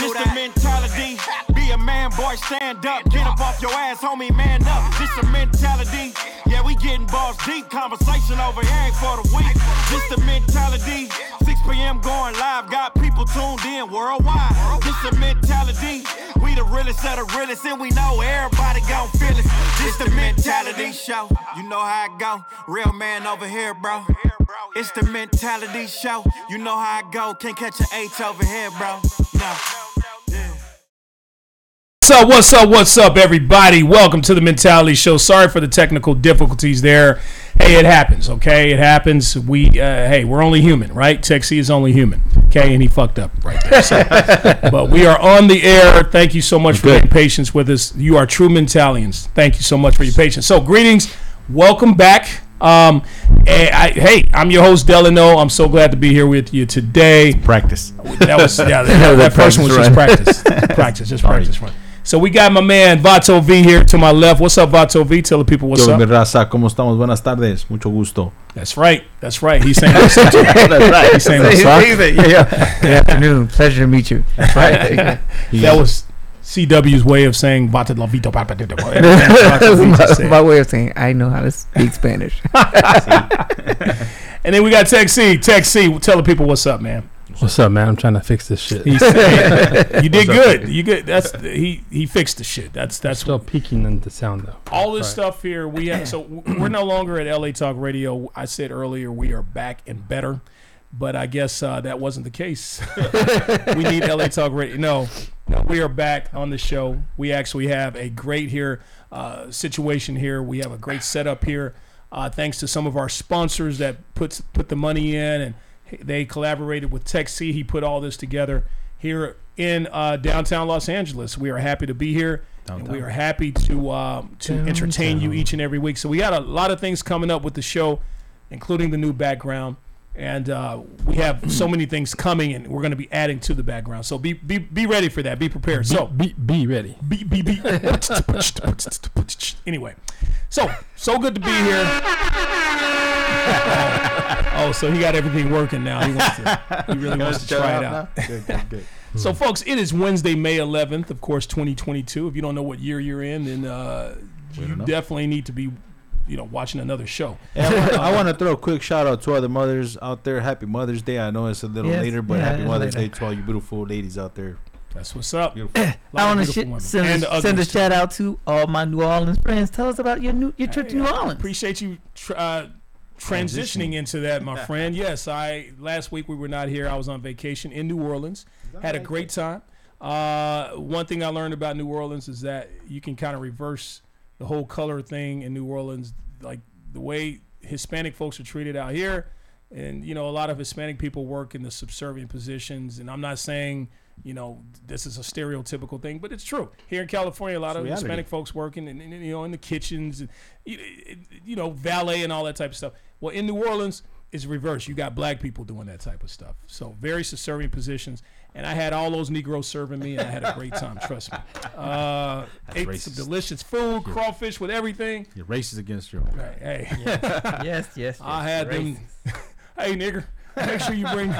This the mentality. Be a man, boy, stand up. Get up off your ass, homie, man up. This the mentality. Yeah, we getting balls deep. Conversation over here ain't for the weak. This the mentality. 6 p.m. going live. Got people tuned in worldwide. This the mentality. We the realest of the realest, and we know everybody gon' feel it. This the mentality show. You know how it go. Real man over here, bro. It's the mentality show. You know how I go. Can't catch an H over here, bro. No. Yeah. What's up? What's up? What's up, everybody? Welcome to the Mentality Show. Sorry for the technical difficulties there. Hey, it happens. Okay, it happens. We uh, hey, we're only human, right? Texie is only human. Okay, and he fucked up right there. So. but we are on the air. Thank you so much for your patience with us. You are true Mentalians. Thank you so much for your patience. So greetings, welcome back. Um, eh, I, hey, I'm your host Delano. I'm so glad to be here with you today. Practice. That was yeah. That, that first one was just practice, practice, just practice. Right. So we got my man Vato V here to my left. What's up, Vato V? Tell the people what's Yo, mi up. raza, ¿cómo estamos? Buenas tardes. Mucho gusto. That's right. That's right. He's saying what's up. That's right. He's saying what's up. yeah, yeah. Good afternoon. Pleasure to meet you. That's right. That was CW's way of saying Vato La Vito. pa- pa- pa- pa- Vato V just That's my, said. my way of saying I know how to speak Spanish. And then we got Tech C. Tech C. Tell the people what's up, man. What's up, man? I'm trying to fix this shit. He's saying, you did good. You good. That's he. He fixed the shit. That's that's Still peaking in the sound though. all this Right. stuff here we have so we're no longer at la talk radio i said earlier we are back and better but i guess uh, that wasn't the case we need la talk radio no no we are back on the show we actually have a great here uh, situation here we have a great setup here uh, thanks to some of our sponsors that puts put the money in and they collaborated with Tech C. He put all this together here in uh, downtown Los Angeles. We are happy to be here. And we are happy to um, to entertain you each and every week. So we got a lot of things coming up with the show, including the new background, and uh, we have so many things coming, and we're going to be adding to the background. So be be, be ready for that. Be prepared. So Be, be ready. be, be, be. anyway, so so good to be here. Oh, so he got everything working now. He wants to. He really wants to try it out. Good, good, good. So, folks, it is Wednesday, May 11th, of course, 2022. If you don't know what year you're in, then uh, you don't know. definitely need to be, you know, watching another show. And I wanna- I want to throw a quick shout out to all the mothers out there. Happy Mother's Day. I know it's a little Yes, later, but yeah, it happy is Mother's later. Day to all you beautiful ladies out there. That's what's up. Beautiful. Lot I of want to beautiful women. And send, the a- uglies, send a too. shout out to all my New Orleans friends. Tell us about your new your trip to Hey, New I Orleans. Appreciate you tr- uh, transitioning into that, my friend. Yes, I last week we were not here. I was on vacation in New Orleans. Had a great time. Uh, one thing I learned about New Orleans is that you can kind of reverse the whole color thing in New Orleans, like the way Hispanic folks are treated out here. And you know, a lot of Hispanic people work in the subservient positions, and I'm not saying you know this is a stereotypical thing, but it's true. Here in California, a lot of reality. Hispanic folks working, in, in, you know, in the kitchens, and, you, you know, valet and all that type of stuff. Well, in New Orleans, it's reverse. You got black people doing that type of stuff. So very subservient positions. And I had all those Negroes serving me, and I had a great time. trust me. Uh, ate some racist. delicious food, crawfish with everything. You're racist against your own. Right, hey, yes, yes. I had them. hey, nigger, make sure you bring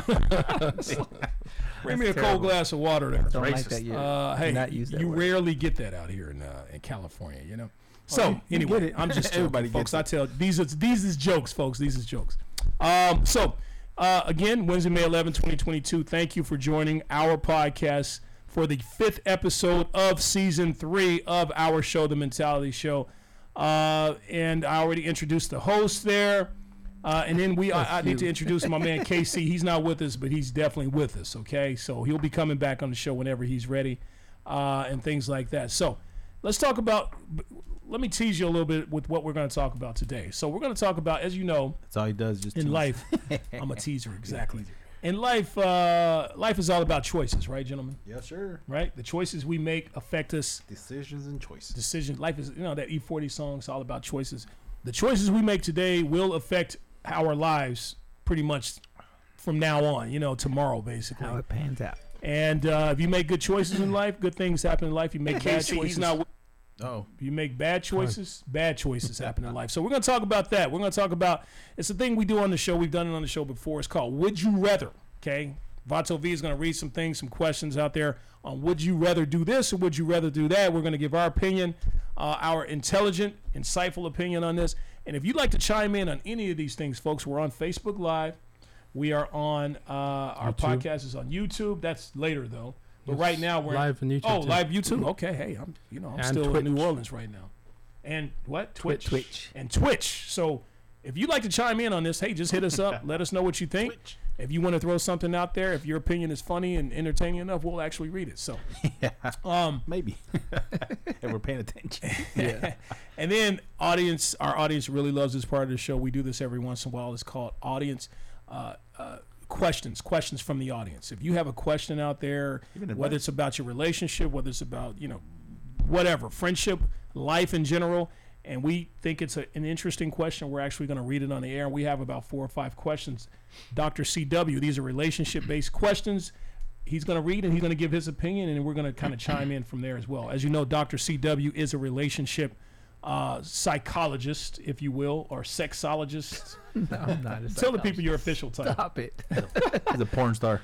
bring me a cold terrible. glass of water there. Don't like that. year. Uh, hey, not use that you word. Oh, rarely get that out here in uh, in California, you know. So you- you anyway, get it. I'm just everybody Everybody folks. gets I tell these is these is jokes, folks. These is jokes. Um, so uh, again, Wednesday, May 11, 2022. Thank you for joining our podcast for the fifth episode of season three of our show, The Mentality Show. Uh, and I already introduced the host there. Uh, and then we, I, I need to introduce my man KC. He's not with us, but he's definitely with us. Okay, so he'll be coming back on the show whenever he's ready, uh, and things like that. So let's talk about. b- Let me tease you a little bit with what we're going to talk about today. So we're going to talk about, as you know, That's all he does. Just in tease. life, I'm a teaser exactly. In life, uh, life is all about choices, right, gentlemen? Yes, sir. Right? The choices we make affect us Decisions and choices. decision. Life is, you know, that E40 song is all about choices. The choices we make today will affect our lives pretty much from now on, you know, tomorrow, basically. how it pans out. And uh, if you make good choices in life, good things happen in life. You make bad Casey, he's choices. not Oh, You make bad choices, bad choices happen in life. So we're going to talk about that. We're going to talk about it's a thing we do on the show. We've done it on the show before. It's called Would You Rather. Okay, Vato V is going to read some things, some questions out there on would you rather do this or would you rather do that. We're going to give our opinion, uh, our intelligent, insightful opinion on this. And if you'd like to chime in on any of these things, folks, we're on Facebook Live. We are on uh, our YouTube. podcast is on YouTube. That's later though. But right now we're live on YouTube. Oh, too. live YouTube. Okay, hey, I'm you know I'm And still Twitch. in New Orleans right now. And what Twitch? Twitch. and Twitch. So if you'd like to chime in on this, hey, just hit us up. Let us know what you think. If you want to throw something out there, if your opinion is funny and entertaining enough, we'll actually read it. So, um, Maybe. and we're paying attention. and then audience, our audience really loves this part of the show. We do this every once in a while. It's called audience. Uh, uh, Questions, questions from the audience. If you have a question out there, Even advice. whether it's about your relationship, whether it's about you know whatever, friendship, life in general. And we think it's a, an interesting question. We're actually going to read it on the air. We have about four or five questions. Dr. CW, these are relationship based questions. He's going to read and he's going to give his opinion, and we're going to kind of chime in from there as well. As you know, Dr. CW is a relationship uh, psychologist, if you will, or sexologist. No, I'm not. It's Tell the like, people your official title. Stop it. He's a porn star.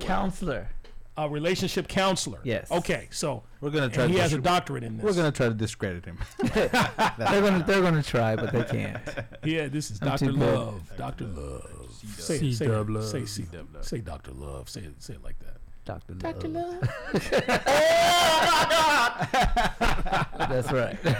Counselor. A relationship counselor. Yes. Okay, so We're gonna and try. he to has a dis- doctorate in this. We're gonna try to discredit him. They're gonna they're gonna try, but they can't. Yeah, this is I'm Doctor too bad. Love. Doctor Love. Say C it, say dub it. love. Say C dub. Say Doctor Love. Say it. Say it like that. Doctor Love. Doctor Love. That's right. we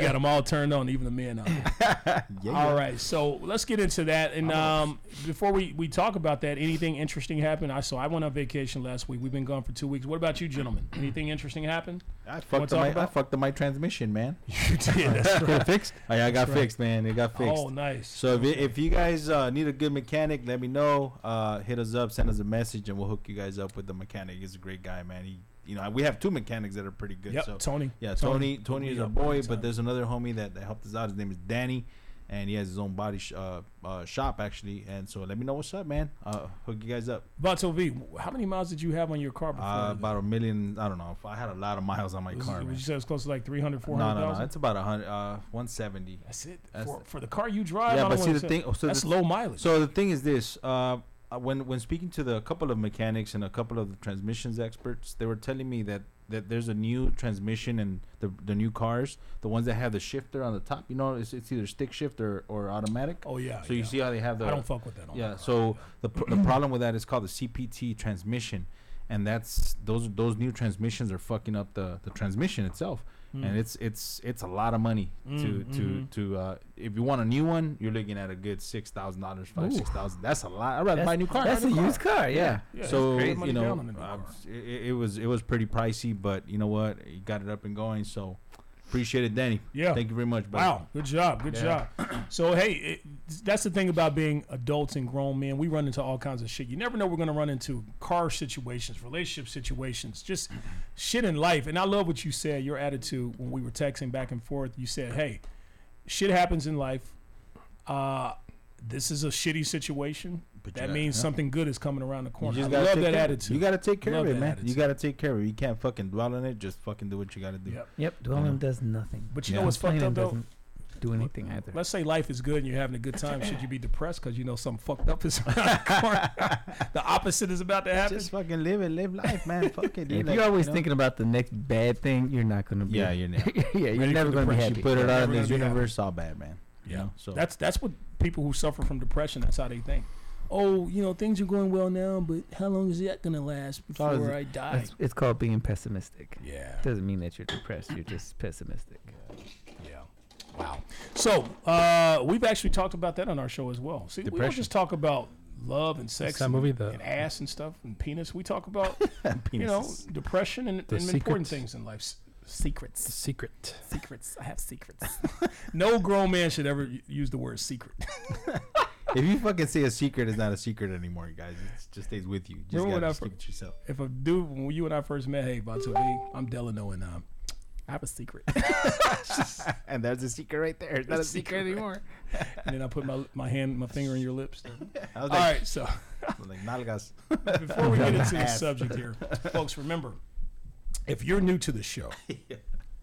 got them all turned on, even the men. Out here. All right, so let's get into that. And um, before we, we talk about that, anything interesting happened? I saw I went on vacation last week. We've been gone for two weeks. What about you, gentlemen? Anything interesting happened? I Wanna fucked talk up my I about- fucked up my transmission, man. You did. That's right. Got it fixed? Oh, yeah, I got fixed, man. It got fixed. Oh, nice. So if, you- if you guys uh, need a good mechanic, let me know. Uh, hit us up, send us a message, and we'll hook you guys up with the mechanic. He's a great guy, man. He, you know, we have two mechanics that are pretty good. Yep, so Tony. yeah, Tony. Tony, is We our up all boy, the but time. there's another homie that, that helped us out. His name is Danny, and he has his own body sh- uh, uh, shop actually. And so let me know what's up, man. Uh, hook you guys up. Vato V, how many miles did you have on your car before? Uh, this? about a million. I don't know. I had a lot of miles on my was, car, would man. you say it was close to like 300, No, 400,000? no, no. It's about a hundred, uh, one seventy. That's it. That's for, it. for the car you drive, I Yeah, don't but see wanna the say- thing. oh, So that's the, low mileage. So the thing is this: uh, uh, when when speaking to the a couple of mechanics and a couple of the transmissions experts, they were telling me that that there's a new transmission and the the new cars, the ones that have the shifter on the top. You know, it's, it's either stick shift or, or automatic. oh yeah. so you yeah. see how they have the I don't fuck with that. On yeah. my car. So the pr- the problem with that is called the CPT transmission, and that's those those new transmissions are fucking up the the transmission itself, Hmm. and it's it's it's a lot of money to Mm, to mhm. to uh, if you want a new one, you're looking at a good six thousand dollars, five Ooh. six thousand. That's a lot. I'd rather buy a new car. That's a used car. Yeah. Yeah. Yeah, so that's crazy. you Money know, down on a new uh, car. it, it was it was pretty pricey, but you know what? You got it up and going, so appreciate it, Danny. Yeah. Thank you very much. Buddy. Wow, good job, good Yeah. job. So hey, it, that's the thing about being adults and grown men. We run into all kinds of shit. You never know we're gonna run into car situations, relationship situations, just shit in life. And I love what you said. Your attitude when we were texting back and forth. You said, "Hey, shit happens in life. Uh, this is a shitty situation. But you that gotta- means yeah. something good is coming around the You corner." I just gotta love take that care of it. attitude. You gotta take care Love of it, that man. You attitude. gotta take care of it. You can't fucking dwell on it. Just fucking do what you gotta do. Yep. Yep. Dwelling Yeah. does nothing. But you know Yeah. what's fucked up Complaining though? doesn't do anything either. Let's say life is good and you're having a good time. Should you be depressed because you know something fucked up is around the corner? the opposite is about to happen. Just fucking live it, live life, man. Fuck it. If like, you're always you know? thinking about the next bad thing, you're not gonna be. yeah, you're not. yeah, you're Ready never for gonna be depression. happy. You put it out in Never this gonna be universe, all bad, man. You Yeah. know, So That's that's what people who suffer from depression. That's how they think. Oh, you know things are going well now, but how long is that gonna last always- before I die? It's, it's called being pessimistic. Yeah, Doesn't mean that you're depressed. You're just pessimistic. yeah. Wow. So uh, we've actually talked about that on our show as well. See, we don't Depression. just talk about love and It's sex that and, movie, the- and ass and stuff and penis. We talk about you know penises. depression and, The and important secrets. things in life. S- The Secrets. secret. Secrets. I have secrets. No grown man should ever u- use the word secret. if you fucking say a secret, it's not a secret anymore, guys. It just stays with you. Just Remember when gotta I just fir- keep it to yourself. if a dude, when you and I first met, hey, Vato V, I'm Delano, and um, I have a secret. And there's a secret right there. It's not a secret anymore. and then I put my my hand, my finger in your lips. All I was like, right, so I was like nalgas. before we get into the Ass. subject here, folks, remember, if you're new to the show,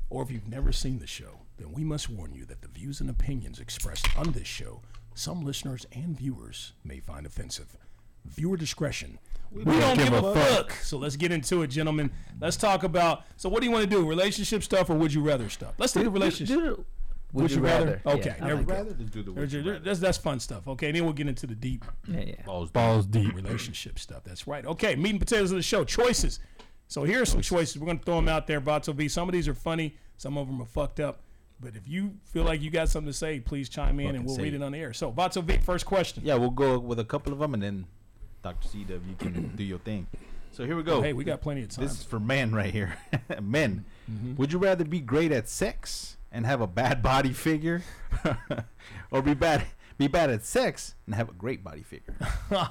or if you've never seen the show, then we must warn you that the views and opinions expressed on this show, some listeners and viewers may find offensive. Viewer discretion. We, don't give, a fuck. So let's get into it, gentlemen. Let's talk about. So what do you want to do? Relationship stuff or would you rather stuff? Let's do the relationship. Would, you rather? Okay, Yeah, there I we like go. rather than do the would There's you your- rather. That's that's fun stuff. Okay, and then we'll get into the deep that. Yeah, yeah. Balls Balls deep. relationship stuff. That's right. Okay, meat and potatoes of the show. Choices. So here are some choices. We're gonna throw them out there, Vato V. Some of these are funny. Some of them are fucked up. But if you feel like you got something to say, please chime in Fucking and we'll say read it. it on the air. So Vato V, first question. Yeah, we'll go with a couple of them, and then Doctor CW, you can do your thing. So here we go. Hey, we got plenty of time. This is for men right here. men, would you rather be great at sex and have a bad body figure, or be bad be bad at sex and have a great body figure?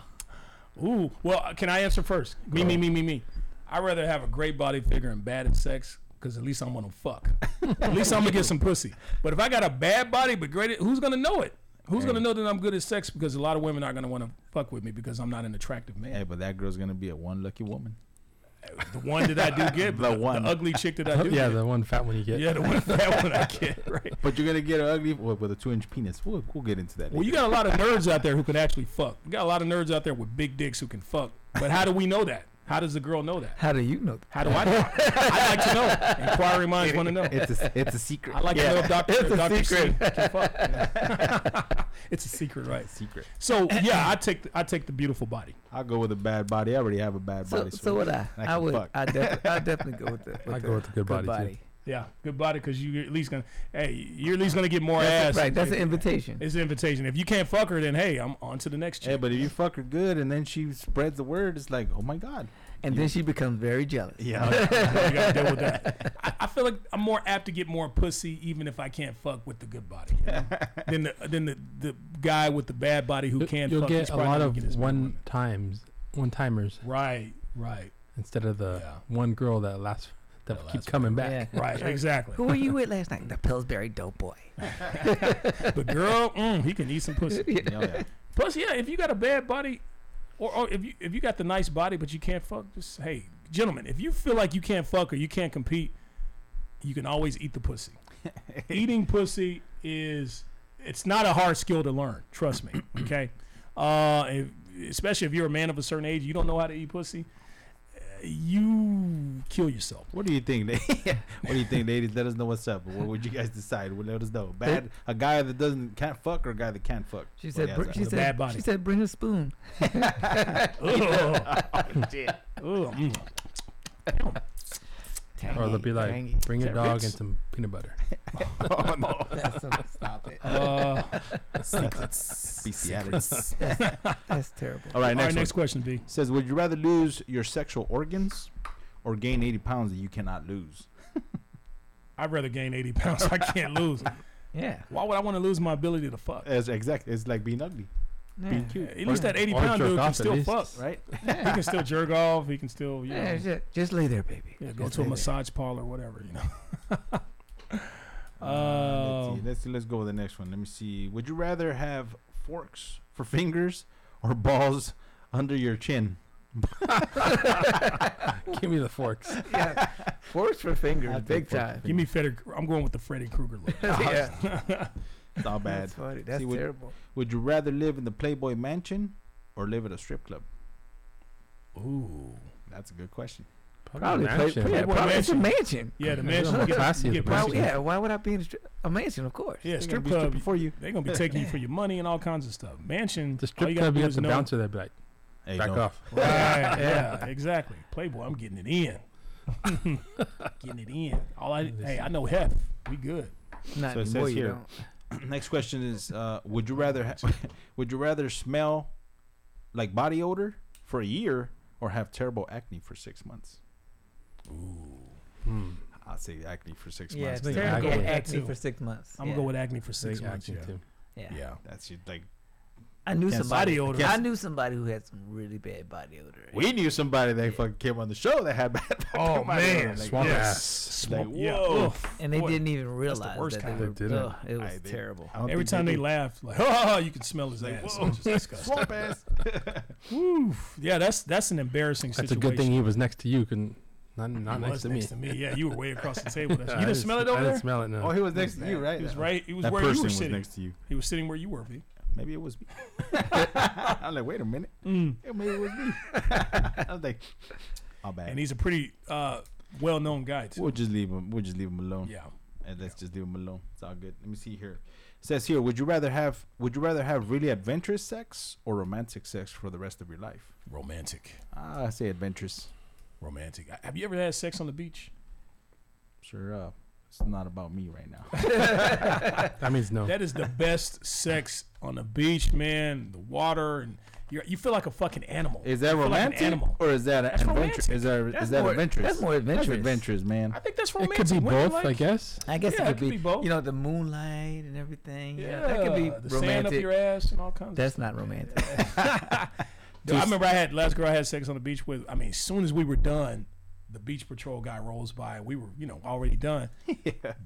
Ooh, well, uh, can I answer first? Me, me, me, me, me. I'd rather have a great body figure and bad at sex because at least I'm gonna fuck. at least I'm gonna get some pussy. But if I got a bad body but great, at, who's gonna know it? Who's gonna know that I'm good at sex? Because a lot of women are gonna want to fuck with me because I'm not an attractive hey, man. but that girl's gonna be a one lucky woman. The one that I do get, The the, one. the ugly chick that I do, yeah, get. the one fat one you get. yeah, the one that one I get, right? But you're gonna get an ugly with, with a two inch penis. We'll, we'll get into that. Well, you got later. a lot of nerds out there who can actually fuck. You got a lot of nerds out there with big dicks who can fuck. But how do we know that? How does the girl know that? How do you know? How do I know? I'd like to know. Inquiry minds want to know. it's a, it's a secret. I'd like to know if Dr. it's a Dr. C secret. can fuck. it's a secret, right? secret. So yeah, I take the, I take the beautiful body. I'll go with a bad body. I already have a bad So, body. so would I. I I, can would. fuck. I, def- I definitely go with the. With I'd the go with the good body, too. Yeah, good body because you at least gonna hey you're at least gonna get more That's ass. right. That's an invitation. It's an invitation. If you can't fuck her, then hey, I'm on to the next Hey, chick. but if you fuck her good and then she spreads the word, it's like, oh my god. And then she becomes very jealous. you gotta deal with that. I, I feel like I'm more apt to get more pussy even if I can't fuck with the good body you know, than the than the, the guy with the bad body who You- can. You'll fuck. He's get a probably lot gonna get of his man one women. times, one timers Right, right, instead of the Yeah. one girl that lasts that, That will keep lasts coming back. Yeah. right. Exactly. Who were you with last night? The Pillsbury Doughboy. But girl, mm, he can eat some pussy. Oh, Yeah, yeah. Plus, yeah, if you got a bad body, or, or if you if you got the nice body but you can't fuck, just hey, gentlemen, if you feel like you can't fuck or you can't compete, you can always eat the pussy. Eating pussy is it's not a hard skill to learn. Trust me. Okay, uh, if- especially if you're a man of a certain age, you don't know how to eat pussy. uh, You kill yourself. What do you think? la- what do you think, ladies? Let us know what's up. What would you guys decide? Well, let us know. Bad a guy that doesn't can't fuck or a guy that can't fuck. She What said. do you br- guys she with a decide? bad said. body. She said, bring a spoon. Ugh. Ugh, mm. Or they'll be like, Tangy, tangy. bring your dog Carrots. and some peanut butter. Oh, That's some- stop it. Uh, Bestiality. That's terrible. All right, all next, right, next one. question, B. says, would you rather lose your sexual organs or gain 80 pounds that you cannot lose? I'd rather gain 80 pounds. I can't lose. Yeah. Why would I want to lose my ability to fuck? That's exact. It's like being ugly, Yeah. being cute, At least that 80 Or pound jerk dude can off at still least. fuck, right? right? He can still jerk off. He can still, you know, Yeah, yeah, just, just lay there, baby. go Just to a lay there. massage parlor, whatever, you know. Uh, Oh. let's, see. let's see. Let's go with the next one. Let me see. Would you rather have forks for fingers or balls under your chin? Give me the forks. yeah. Force for fingers, I'd big take force for time. Give me Freddy. Kr- I'm going with the Freddy Krueger look. yeah. It's all bad. That's funny. That's See, would- terrible. Would you rather live in the Playboy Mansion or live at a strip club? Ooh. That's a good question. Probably, play- mansion. yeah, Playboy probably it's a Mansion. mansion. Yeah, the Yeah, mansion. they're you more Get, classy you than get the Why, Mansion. yeah. yeah, why would I be in a, stri- a mansion? Of course. yeah, strip They're gonna club. be stripping for you. They're going to be taking you for your money and all kinds of stuff. Mansion. The all strip you club, gotta do you got is the know- bouncer that'd be like, Hey, back don't- off. Right. yeah, exactly. Playboy, I'm getting it in. getting it in. All I hey, I know Hef. We good. Not So it says anymore, you here. don't. Next question is: uh, Would you rather ha- would you rather smell like body odor for a year or have terrible acne for six months? Hmm. I'll say acne for six Yeah, months. it's think then. I'll terrible. go with Yeah, that acne too. for six months. I'm yeah. gonna go with acne for six Big months. action, Yeah. too. Yeah. yeah. That's you- like I knew Cancel. somebody. Body odor. I Cancel. knew somebody who had some really bad body odor. we knew somebody that fucking came on the show that had bad. Oh body odor, man, like, Swamp yes. ass. Swamp- Like, yeah. whoa. Ugh. and they Boy, didn't even the realize worst that kind. they They were. didn't. ugh, it was I did. terrible. I don't Every think time they did. laugh, like oh, you can smell his ass. It's just disgusting. Swamp ass. Oof. Yeah, that's that's an embarrassing That's a situation. good thing he was next to you, can not, not He next was to me. Yeah, you were way across the table. That's- I you didn't smell it I over didn't there. smell it, no. Oh, he was next to you, right? He was right. He was that where person you were was sitting. next to you. He was sitting where you were, V. maybe it was me. I'm like, wait a minute, Yeah, maybe it was me. I was like, I'll bad. And he's a pretty uh, well-known guy too. We'll just leave him. We'll just leave him alone. Yeah. And let's just leave him alone. It's all good. Let me see here. It says here, would you rather have would you rather have really adventurous sex or romantic sex for the rest of your life? Romantic. Ah, I say adventurous. Romantic. Have you ever had sex on the beach? Sure up. It's not about me right now. That means no. That is the best sex on the beach, man. The water and you're, you feel like a fucking animal. Is you that feel romantic Like an animal. or is that an adventurous? romantic. Is that is That's that more- adventurous? that's more That's adventurous. adventurous, man. I think that's it romantic. could be Wouldn't you both, I guess. I guess Yeah, it could be, both. You know, the moonlight and everything. Yeah, that could be Yeah, the sand up romantic. your ass and all kinds. of That's not romantic. Dude, I remember I had last girl I had sex on the beach with. I mean, as soon as we were done, the beach patrol guy rolls by. and We were, you know, already done.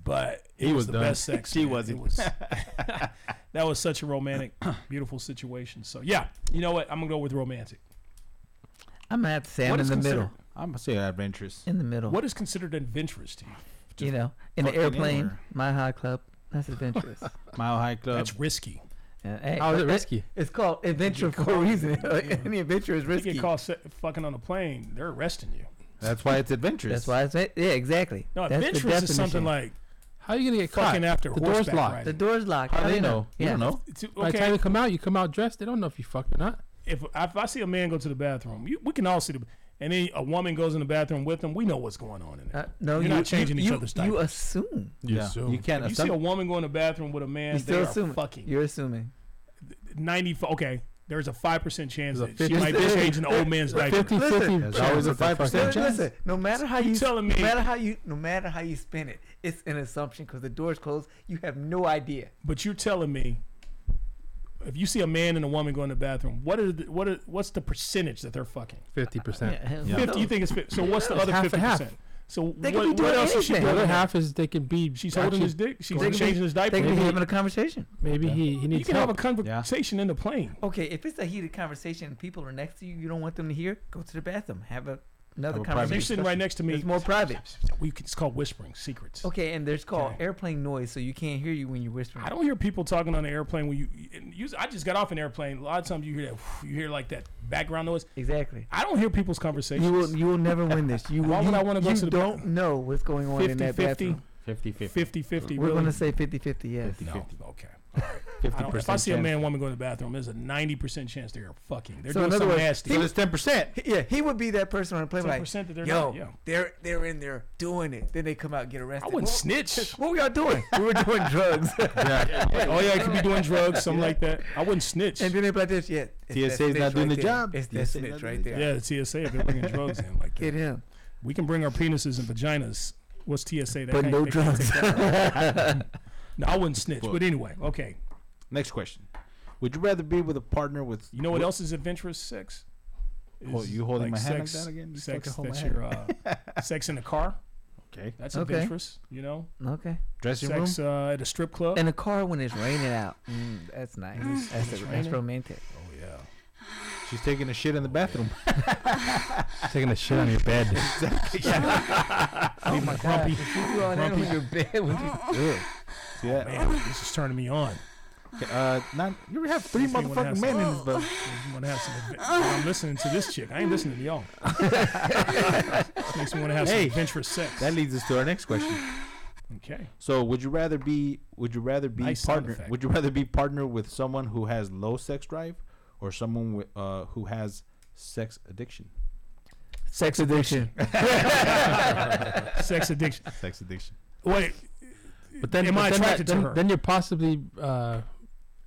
But it He was, was the done. best sex. She man. wasn't. It was, that was such a romantic, beautiful situation. So yeah, you know what? I'm gonna go with romantic. I'm gonna have to say I'm in the middle. I'm gonna say adventurous. In the middle. What is considered adventurous to you? you know, in the fucking airplane, anywhere. my high club. That's adventurous. uh, Mile High Club. That's risky. hey, How but is it that- risky? It's called adventure for a reason. Any adventure is If You risky. get caught se- fucking on a plane, they're arresting you. That's why it's adventurous. That's why I said, yeah, exactly. No, That's the adventurous is something definition. like How are you gonna get caught? fucking after the horseback door's locked. the riding. door's locked. How How they you know? You don't know. It's- By the okay, time you come out, you come out dressed. They don't know if you fucked or not. if if I see a man go to the bathroom, you, we can all see the. And then a woman goes in the bathroom with him. We know what's going on in there. Uh, no, You're you, not changing each you, other's You diapers. assume. You yeah. assume. You can't If you see a assume. woman go in the bathroom with a man, You they still are assuming. fucking You're assuming. ninety. f- Okay, there's a five percent chance There's a that she 50 might be changing the old man's diaper. 50 50 Listen, There's always a 5% Listen, chance. listen, no matter how You you, telling no me- matter how you, no matter how you spin it, it's an assumption because the door's closed. You have no idea. But you're telling me, if you see a man and a woman go in the bathroom, what are the, what are, what's the percentage that they're fucking? 50%. who Fifty. You knows? think it's 50, so? What's the It's other half fifty and half. percent? So They could what, be doing what else is she anything. The doing? other half is they can be. She's holding actually- his dick. She's They could be- changing his diaper. They could be Maybe- having a conversation. Maybe he, he you needs can have help. a conversation in the plane. Okay, if it's a heated conversation and people are next to you, you don't want them to hear. Go to the bathroom. Have a, another Have If a private conversation. you're sitting right next to me, It's more private. we can, it's called whispering secrets. Okay, and there's called Okay. airplane noise, so you can't hear you when you're whispering. I don't hear people talking on the airplane when you. And usually, I just got off an airplane. A lot of times you hear that. You hear like that background noise. exactly. I don't hear people's conversations. You will. You will never win this. You Why will, would you- I wanna go You to the don't bathroom? know what's going on in 50 that 50 bathroom. 50 50. 50 50 We're really? gonna say 50-50, Yes. no 50. okay I 50 don't, percent. if I see a man and woman go to the bathroom there's a 90% chance they're fucking they're So doing in other something words, nasty so it's 10 percent. He- Yeah, he would be that person on the plane 10% like, that they're yo, not yeah they're they're in there doing it. Then they come out and get I arrested. wouldn't What- snitch What were y'all doing? we were doing drugs. oh yeah I could be doing drugs something like that I wouldn't snitch and then they be like this, yeah. it's that TSA is not snitch doing right the there. job. It's that TSA is snitch not right doing there. yeah the TSA if they're bringing drugs in like Get that him. we can bring our penises and vaginas what's TSA that But can't- no they can't drugs. take that. no I wouldn't snitch but anyway okay Next question. Would you rather be with a partner with you know what else is adventurous sex Hold- Is Oh, you holding my hand like sex, that again? You sex fucking hold that's my your uh, sex in the car Okay. That's Okay. adventurous, you know. Okay. Dressing room? Sex uh, at a strip club. In the car when it's raining out. Mm, that's nice. That's, it's that's raining. romantic. oh yeah. She's taking a shit in the bathroom. Oh, taking a shit on your bed. Oh Leave my grumpy. You all that on your bed with your yeah. Man, this is turning me on. Okay, Uh, not, you have three Makes me wanna have motherfucking men in this sex. boat. You want to have some? adve- I'm listening to this chick. I ain't listening to y'all. this makes me want to have Hey. some adventurous sex. That leads us to our next question. okay. So, would you rather be would you rather be Nice sound partner effect. would you rather be partner with someone who has low sex drive or someone with, uh, who has sex addiction? sex addiction. Sex addiction. Sex addiction. Wait. But then, Am but I then, that- attracted to then- her? then you're possibly uh,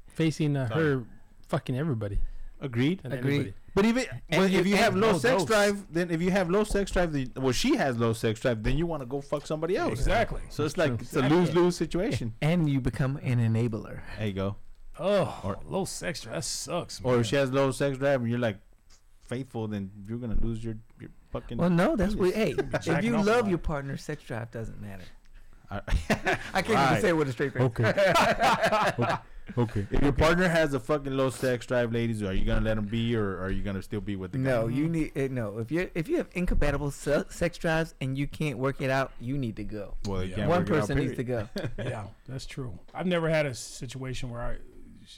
facing uh, Sorry. her fucking everybody. Agreed. And Agreed. anybody. But even And well, you- if you have and low no sex dose. drive, then if you have low sex drive, then, well, she has low sex drive, then you want to go fuck somebody else. Exactly. So it's like it's a lose lose situation. And you become an enabler. There you go. Oh, Or- low sex drive. That sucks. Man. Or if she has low sex drive, and you're like faithful, then you're gonna lose your your fucking. Well, no, that's what. Hey, if jacking you off a love lot. your partner, sex drive doesn't matter. I- I can't Right. even say it with a straight face. Okay. okay. If your partner has a fucking low sex drive, ladies, are you gonna let him be, or are you gonna still be with the guy? No, Mm-hmm. you need uh, no. If you if you have incompatible se- sex drives and you can't work it out, you need to go. Well, you Yeah. can't One work it out, person needs to period. go. yeah, that's true. I've never had a situation where I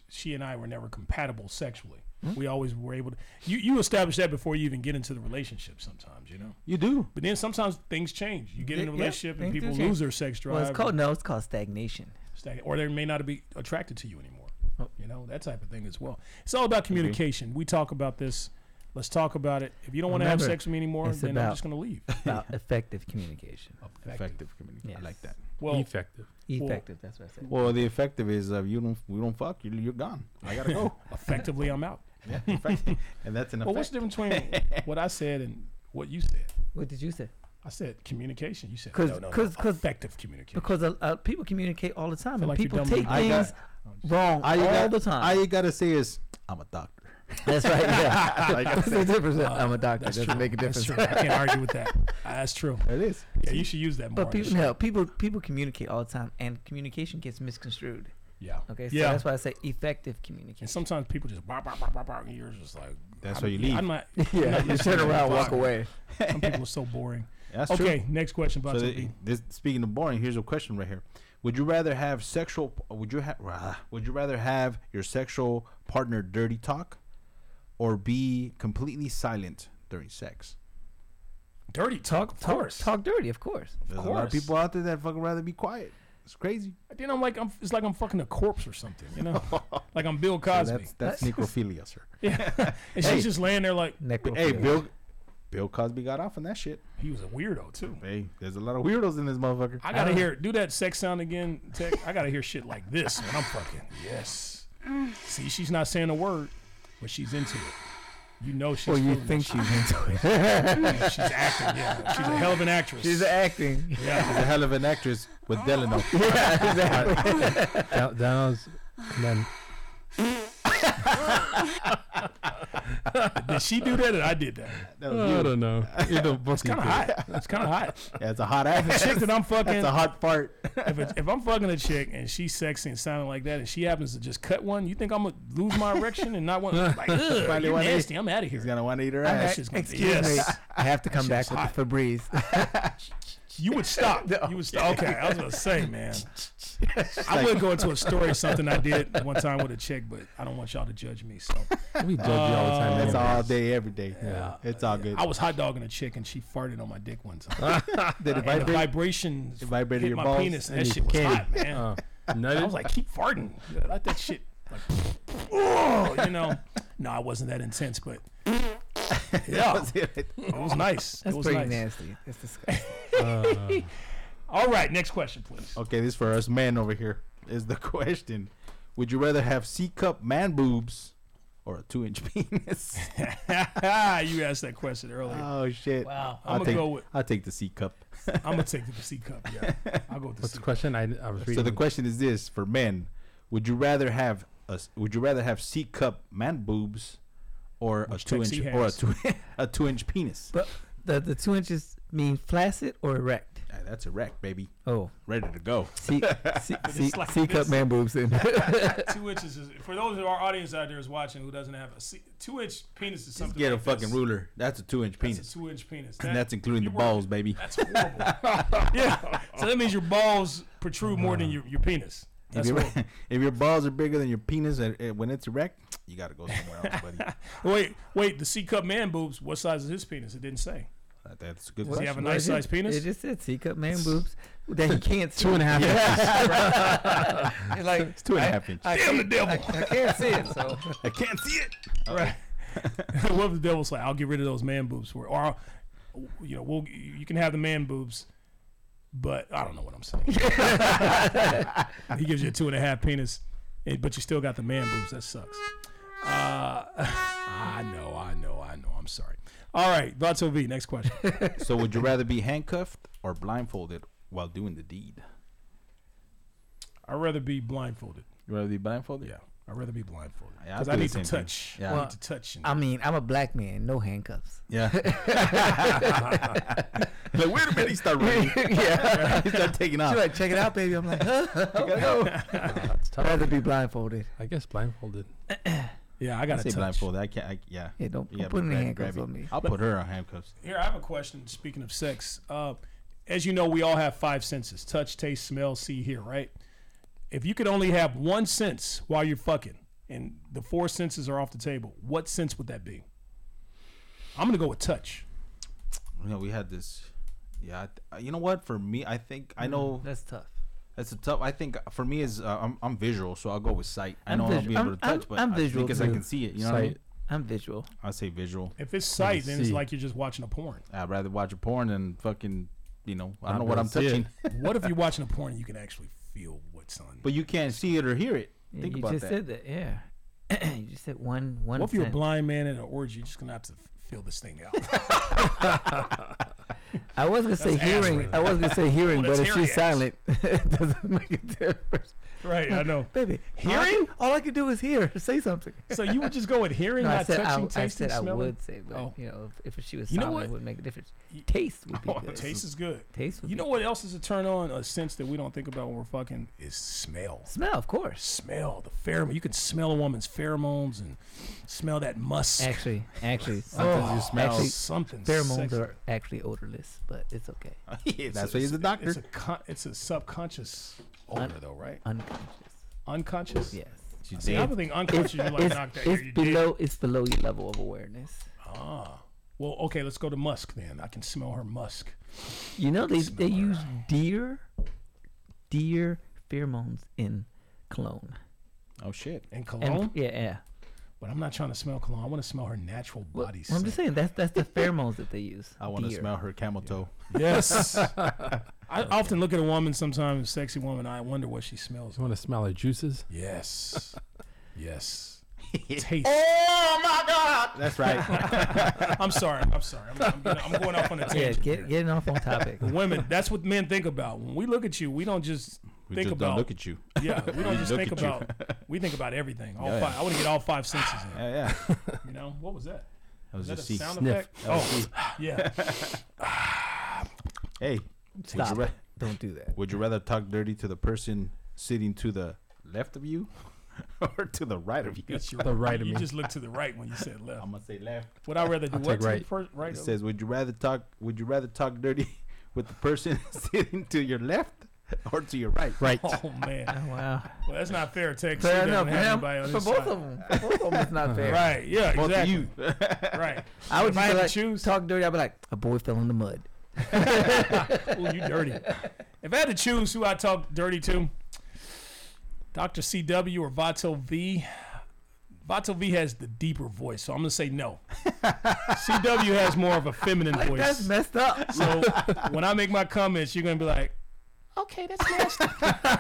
she and I were never compatible sexually. Hmm? We always were able to. You you establish that before you even get into the relationship. Sometimes you know. You do. But then sometimes things change. You get in a Yeah, relationship and things do people change. lose their sex drive. Well, it's called no. It's called stagnation. stag- or they may not be attracted to you anymore. Oh. You know that type of thing as well. It's all Mm-hmm. about communication. We talk about this. Let's talk about it. If you don't want to have Remember, sex with me anymore, it's then I'm about- just going to leave. About effective communication. Oh. Effective communication. Yes. I like that. Well, Effective. Effective. that's what I said. Well, the effective is uh, you don't we don't fuck you. You're gone. I gotta go. effectively, I'm out. yeah, effective. and that's an Well, what's effect. the difference between what I said and what you said? What did you say? I said communication. You said 'Cause- no, no, 'cause- no, 'cause- effective communication. Because uh, uh, people communicate all the time, and like you're people dumb take when you- I got- things wrong all you got- the time. All you gotta say is I'm a doctor. that's right. Yeah. Like I That's the said. difference. I'm a doctor. That's Doesn't true. make a That's difference. true. I can't argue with that. Uh, That's true. It is. Yeah, you should use that more. Oh, But on the people, show. no, people people communicate all the time, and communication gets misconstrued. yeah. Okay, so yeah. that's why I say effective and communication. sometimes people just bah, bah, bah, bah, bah, and you're just like That's I'm- why you leave. I'm not. Yeah, you turn around, walk away. Some people are so boring. That's true. okay, next question about So to th- this, speaking of boring, here's a question right here. Would you rather have sexual? Would you have? Would you rather have your sexual partner dirty talk, or be completely silent during sex? dirty talk. Of course. Talk dirty, of course. There's a lot of course. people out there that fucking rather be quiet. It's crazy. Then I'm like, I'm, it's like I'm fucking a corpse or something, you know? like I'm Bill Cosby. That's that's necrophilia, sir. yeah. and she's Hey. just laying there like Hey, Necrophilia. Bill. Bill Cosby got off on that shit. he was a weirdo too. Hey, there's a lot of weirdos in this motherfucker. I gotta hear do that sex sound again, Tech. I gotta hear shit like this when I'm fucking. Yes. See, she's not saying a word, but she's into it. You know she's. Well, you feeling think it. she's into it? she's acting? Yeah, she's a hell of an actress. She's acting. She's a hell of an actress with Delano. Down, down was, and then did she do that? Or I did that. That was I you. don't know. You don't It's kind of hot. It's kind of hot. Yeah, it's a hot The ass. chick that I'm fucking. That's a hot fart. If, it, if I'm fucking a chick and she's sexy and sounding like that, and she happens to just cut one, you think I'm gonna lose my erection and not want like, ugh, Probably you're one of these- nasty. I'm out of here. He's gonna want to eat her That ass. shit's gonna be- Excuse yes. me. I have to come That back shit with was the Febreze. You would stop. You would stop. Okay, I was gonna say, man. I would go into a story something I did one time with a chick, but I don't want y'all to judge me. So We judge you all the time. That's anyway. Uh, all day, every day. Yeah. It's all good. I was hot dogging a chick and she farted on my dick one time. Did it and the vibrate? vibrations It vibrated hit your my balls penis, and that and you shit was came. hot, man. Uh. Oh, I nutted? was like, keep farting. Let that shit, like, oh, you know. No, I wasn't that intense, but yeah, it was nice. That's it was pretty nice. nasty. That's disgusting. All right, next question, please. okay, this for us men over here is the question. Would you rather have C cup man boobs or a two inch penis? you asked that question earlier. oh shit. Wow. I'll I'ma take, go with- I'll take the C cup. I'm gonna take the C cup. Yeah, I'll go with the What's C the cup. question? I, I was reading. So the question is this for men. Would you rather have a s- would you rather have C cup man boobs or Which a two Tex inch he or a has. two a two inch penis? But the, the two inches mean flaccid or erect? Ah, that's a wreck, baby. Oh, Ready to go. C, C, C, like C cup this. man boobs in. Two inches is for those of our audience out there is watching who doesn't have a C, two inch penis is something. Get a like this. fucking ruler. That's a two inch That's penis. a two inch penis. and that's including the you were- balls, baby. That's horrible. yeah. So that means your balls protrude more Uh-huh. than your, your penis. If, That's your horrible. if your balls are bigger than your penis and, and when it's erect, you gotta go somewhere else, buddy. Wait, wait. The C cup man boobs. What size is his penis? It didn't say. Uh, That's a good Does he question. have a nice sized It penis? just said C cup man boobs that he can't see. two and a half. You're like It's two and a half inches. I, Damn the devil! I can't see it. So I can't see it. Right. what if the devil's like, I'll get rid of those man boobs for, or, I'll- you know, we'll you can have the man boobs, but I don't know what I'm saying. he gives you a two and a half penis, eh, but you still got the man boobs. That sucks. Uh, I know, I know, I know. I'm sorry. All right, Vato V. Next question. So, would you rather be handcuffed or blindfolded while doing the deed? I'd rather be blindfolded. You rather be blindfolded? Yeah, I'd rather be blindfolded Yeah, I'd because do I the need to same thing. touch. Yeah. I Well, need to touch. And, I mean, I'm a black man, no handcuffs. Yeah. like, wait a minute, he started running. yeah. he started taking She's off. like, check it out, baby. I'm like, huh? It's tough. I'd rather be blindfolded. I guess blindfolded. yeah, I I got say to touch. blindfolded. I can't. I, yeah. Yeah, don't, Yeah, don't put but any grab- handcuffs grab on it. me. I'll put her on handcuffs. Here, I have a question. Speaking of sex, uh, as you know, we all have five senses touch, taste, smell, see, hear, right? If you could only have one sense while you're fucking, and the four senses are off the table, what sense would that be? I'm gonna go with touch. You know, we had this. Yeah, I th- uh, you know what? For me, I think I know That's tough. that's a tough. I think for me is uh, I'm I'm visual, so I'll go with sight. I I'm know I'll visu- be able I'm- to touch, I'm- but I'm I- visual because I too. can see it. You know what I Sight. mean? I'm visual. I say visual. If it's sight, then it's see. like you're just watching a porn. I'd rather watch a porn than fucking you know I Not don't know what really I'm see it. touching, What if you're watching a porn and you can actually feel what's on? but you can't see it or hear it. Yeah, Think you about just that. said that. Yeah. you just said one one. What if you're a sense. blind man at an orgy? You're just gonna have to f- feel this thing out. I was gonna say That's hearing. aspirin. I was gonna say hearing, Well, but if that's she's hearing silent, it doesn't make a difference. right, I know. Baby, all I Hearing? can- All I could do is hear. Say something. So you would just go with hearing, No, I not said I, touching, w- I tasting, said I smelling. would say, but Oh. you know, if, if she was You know silent, what? it would make a difference. Y- Taste would be Oh, good. taste is good. Taste would You be know what else is a turn on, a sense that we don't think about when we're fucking is smell. Smell, of course. Smell the pheromone. You can smell a woman's pheromones and smell that musk. Actually, actually, Sometimes you smell. actually, something. pheromones Oh, sexy. are actually odorless, but it's okay. That's why he's a doctor. It's a con- it's a subconscious odor though, right? Unconscious. Unconscious. Yes. You See, I did. would think unconscious. You like it's knocked out. it's here, you did. below it's below your level of awareness. Ah. Well, okay. Let's go to musk then. I can smell her musk. You know they they Smell her. use deer deer pheromones in cologne. Oh shit! And And cologne, yeah, yeah. but I'm not trying to smell cologne. I want to smell her natural Well, body well, I'm just scent. saying that's that's the pheromones that they use. I want to deer. smell her camel toe. Yes. I often look at a woman, sometimes sexy woman, I wonder what she smells. You want to smell her juices? Yes. yes. Taste. Oh my god! That's right. I'm sorry. I'm sorry. I'm, I'm, gonna- I'm going off on a Yeah, tangent. get, here. getting off on topic. Women, that's what men think about. When we look at you, we don't just we think just about. don't look at you. yeah, we don't just look think at you. about. We think about everything. All Yeah, five. I want to get all five senses in. Yeah, yeah. That You know what was that? was Is that a just see. sound Sniff. effect? Oh, yeah. Hey, would you, Stop. ra- Don't do that. would you rather talk dirty to the person sitting to the left of you, or to the right of you? That's your, The right of you me. just look to the right when you said left. I'm gonna say left. Would I rather do what take to the right. per- right? It of- says, "Would you rather talk? Would you rather talk dirty with the person sitting to your left or to your right?" Right. Oh man. Oh, wow. Well, that's not fair, Tex. He Fair doesn't enough. have anybody on For his both side. of them. For both of them, it's not fair. Right. Yeah. Both exactly. of you. Right. I would If I had just to be like, choose- talk dirty. I'd be like, a boy fell in the mud. Ooh, you dirty. If I had to choose who I talk dirty to, Dr. CW or Vato V. Vato V has the deeper voice, so I'm gonna say no. CW has more of a feminine voice. That's messed up. so when I make my comments, you're gonna be like, Okay, that's nasty.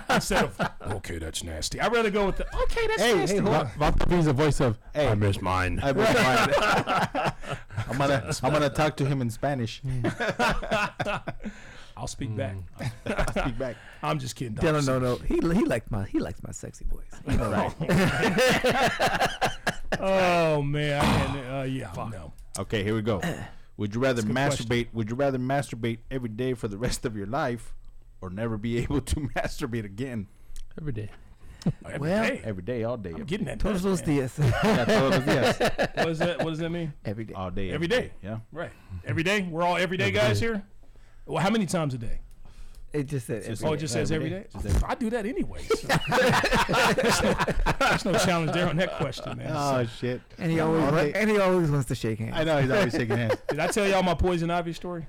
instead of okay, that's nasty. I'd rather go with the Okay, that's Hey, nasty. hey, hold on. Bob Bobby's the voice of Hey. I miss mine. I wouldn't mind. I'm gonna I'm gonna talk to him in Spanish. I'll speak back. Mm. I'll speak back. I'm just kidding. No, Dr. no, no, no. He he liked my he likes my sexy voice. You know that. Oh man, I can't, uh, yeah, no. Okay, here we go. Would you rather That's a masturbate? good Would you rather masturbate every day for the rest of your life, or never be able to masturbate again? Every day. Every Well- day. Every day, all day. I'm getting that. Todos done, los man. días. Yeah, todos los días. What does that? What does that mean? Every day. All day. Every day. Yeah. Right. Every day. We're all everyday guys here. Well, how many times a day? It just said every Just- Oh, day. it just Yeah, says every every day. day. Just every- I do that anyway. so. there's, no, there's no challenge there on that question, man. Oh shit. And he always All wa- day. and he always wants to shake hands. I know he's always shaking hands. Did I tell y'all my poison ivy story?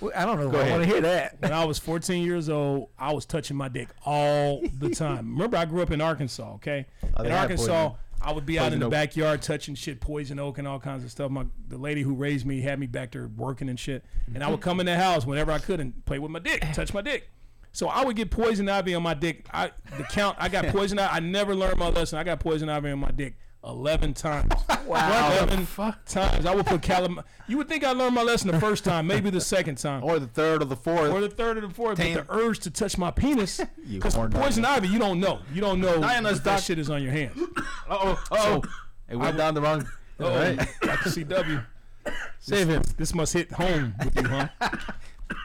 Well, I don't know. if Go I want to ahead. hear that. When I was 14 years old, I was touching my dick all the time. Remember, I grew up in Arkansas. Okay, Oh, they in have Arkansas, poison. I would be out in Poison the oak. backyard touching shit, poison oak, and all kinds of stuff. My the lady who raised me had me back there working and shit, and I would come in the house whenever I could and play with my dick, touch my dick. So I would get poison ivy on my dick. I the count I got poison ivy. I never learned my lesson. I got poison ivy on my dick eleven times. Wow, eleven times. I would put calam. You would think I learned my lesson the first time, maybe the second time Or the third or the fourth. or the third or the fourth, Damn. but the urge to touch my penis. You Because horn dog. poison ivy, you don't know. You don't know Diana's if that doc- shit is on your hand. oh, oh. It went down the wrong. Oh, Dr. CW, Save him. this must hit home with you, huh?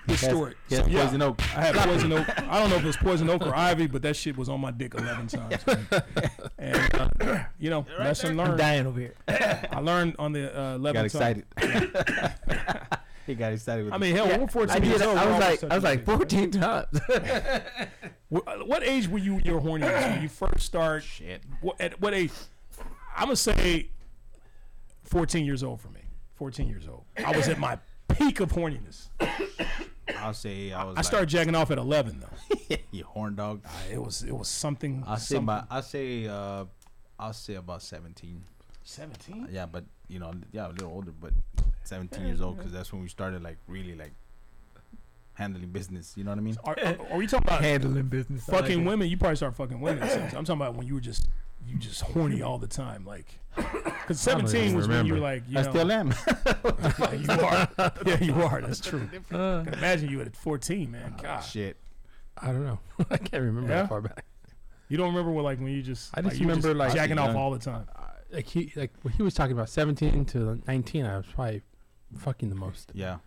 Historic. He So, has yeah, poison oak. I had poison oak. I don't know if it was poison oak or ivy, but that shit was on my dick 11 times. man. And, uh, you know, lesson learned. Dying over here. I learned on the uh, 11th Got time. excited. he got excited with I mean, hell, Yeah, we're 14 I did. years it. old. I we're was always like I touching was like dick. 14 times. Wh- uh, What age were you your horniness when you first start? Shit. What, at what age? I'm gonna say 14 years old for me. 14 years old. I was at my peak of horniness. I'll say I was. I started jacking off at 11 though. Like, you horn dog. It was it was something. I'll say something- about. I'll say. Uh, I'll say about seventeen. 17. Yeah, but you know, yeah, a little older, but seventeen years old because that's when we started like really like handling business. You know what I mean? Are, are, are we talking about Handling business. I like fucking it. women? You probably start fucking women. at 17. I'm talking about when you were just you just horny all the time, like because I don't even 17 was when you were remember. like you I know, still am. Yeah, you are. Yeah, you are. That's true. I Uh. can imagine you at 14, man. God. Shit. I don't know. I can't remember Yeah? that far back. You don't remember what, like, when you just. I just like, you were remember, like, jacking off young. all the time. Like he, like when he was talking about seventeen to nineteen. I was probably fucking the most. Yeah.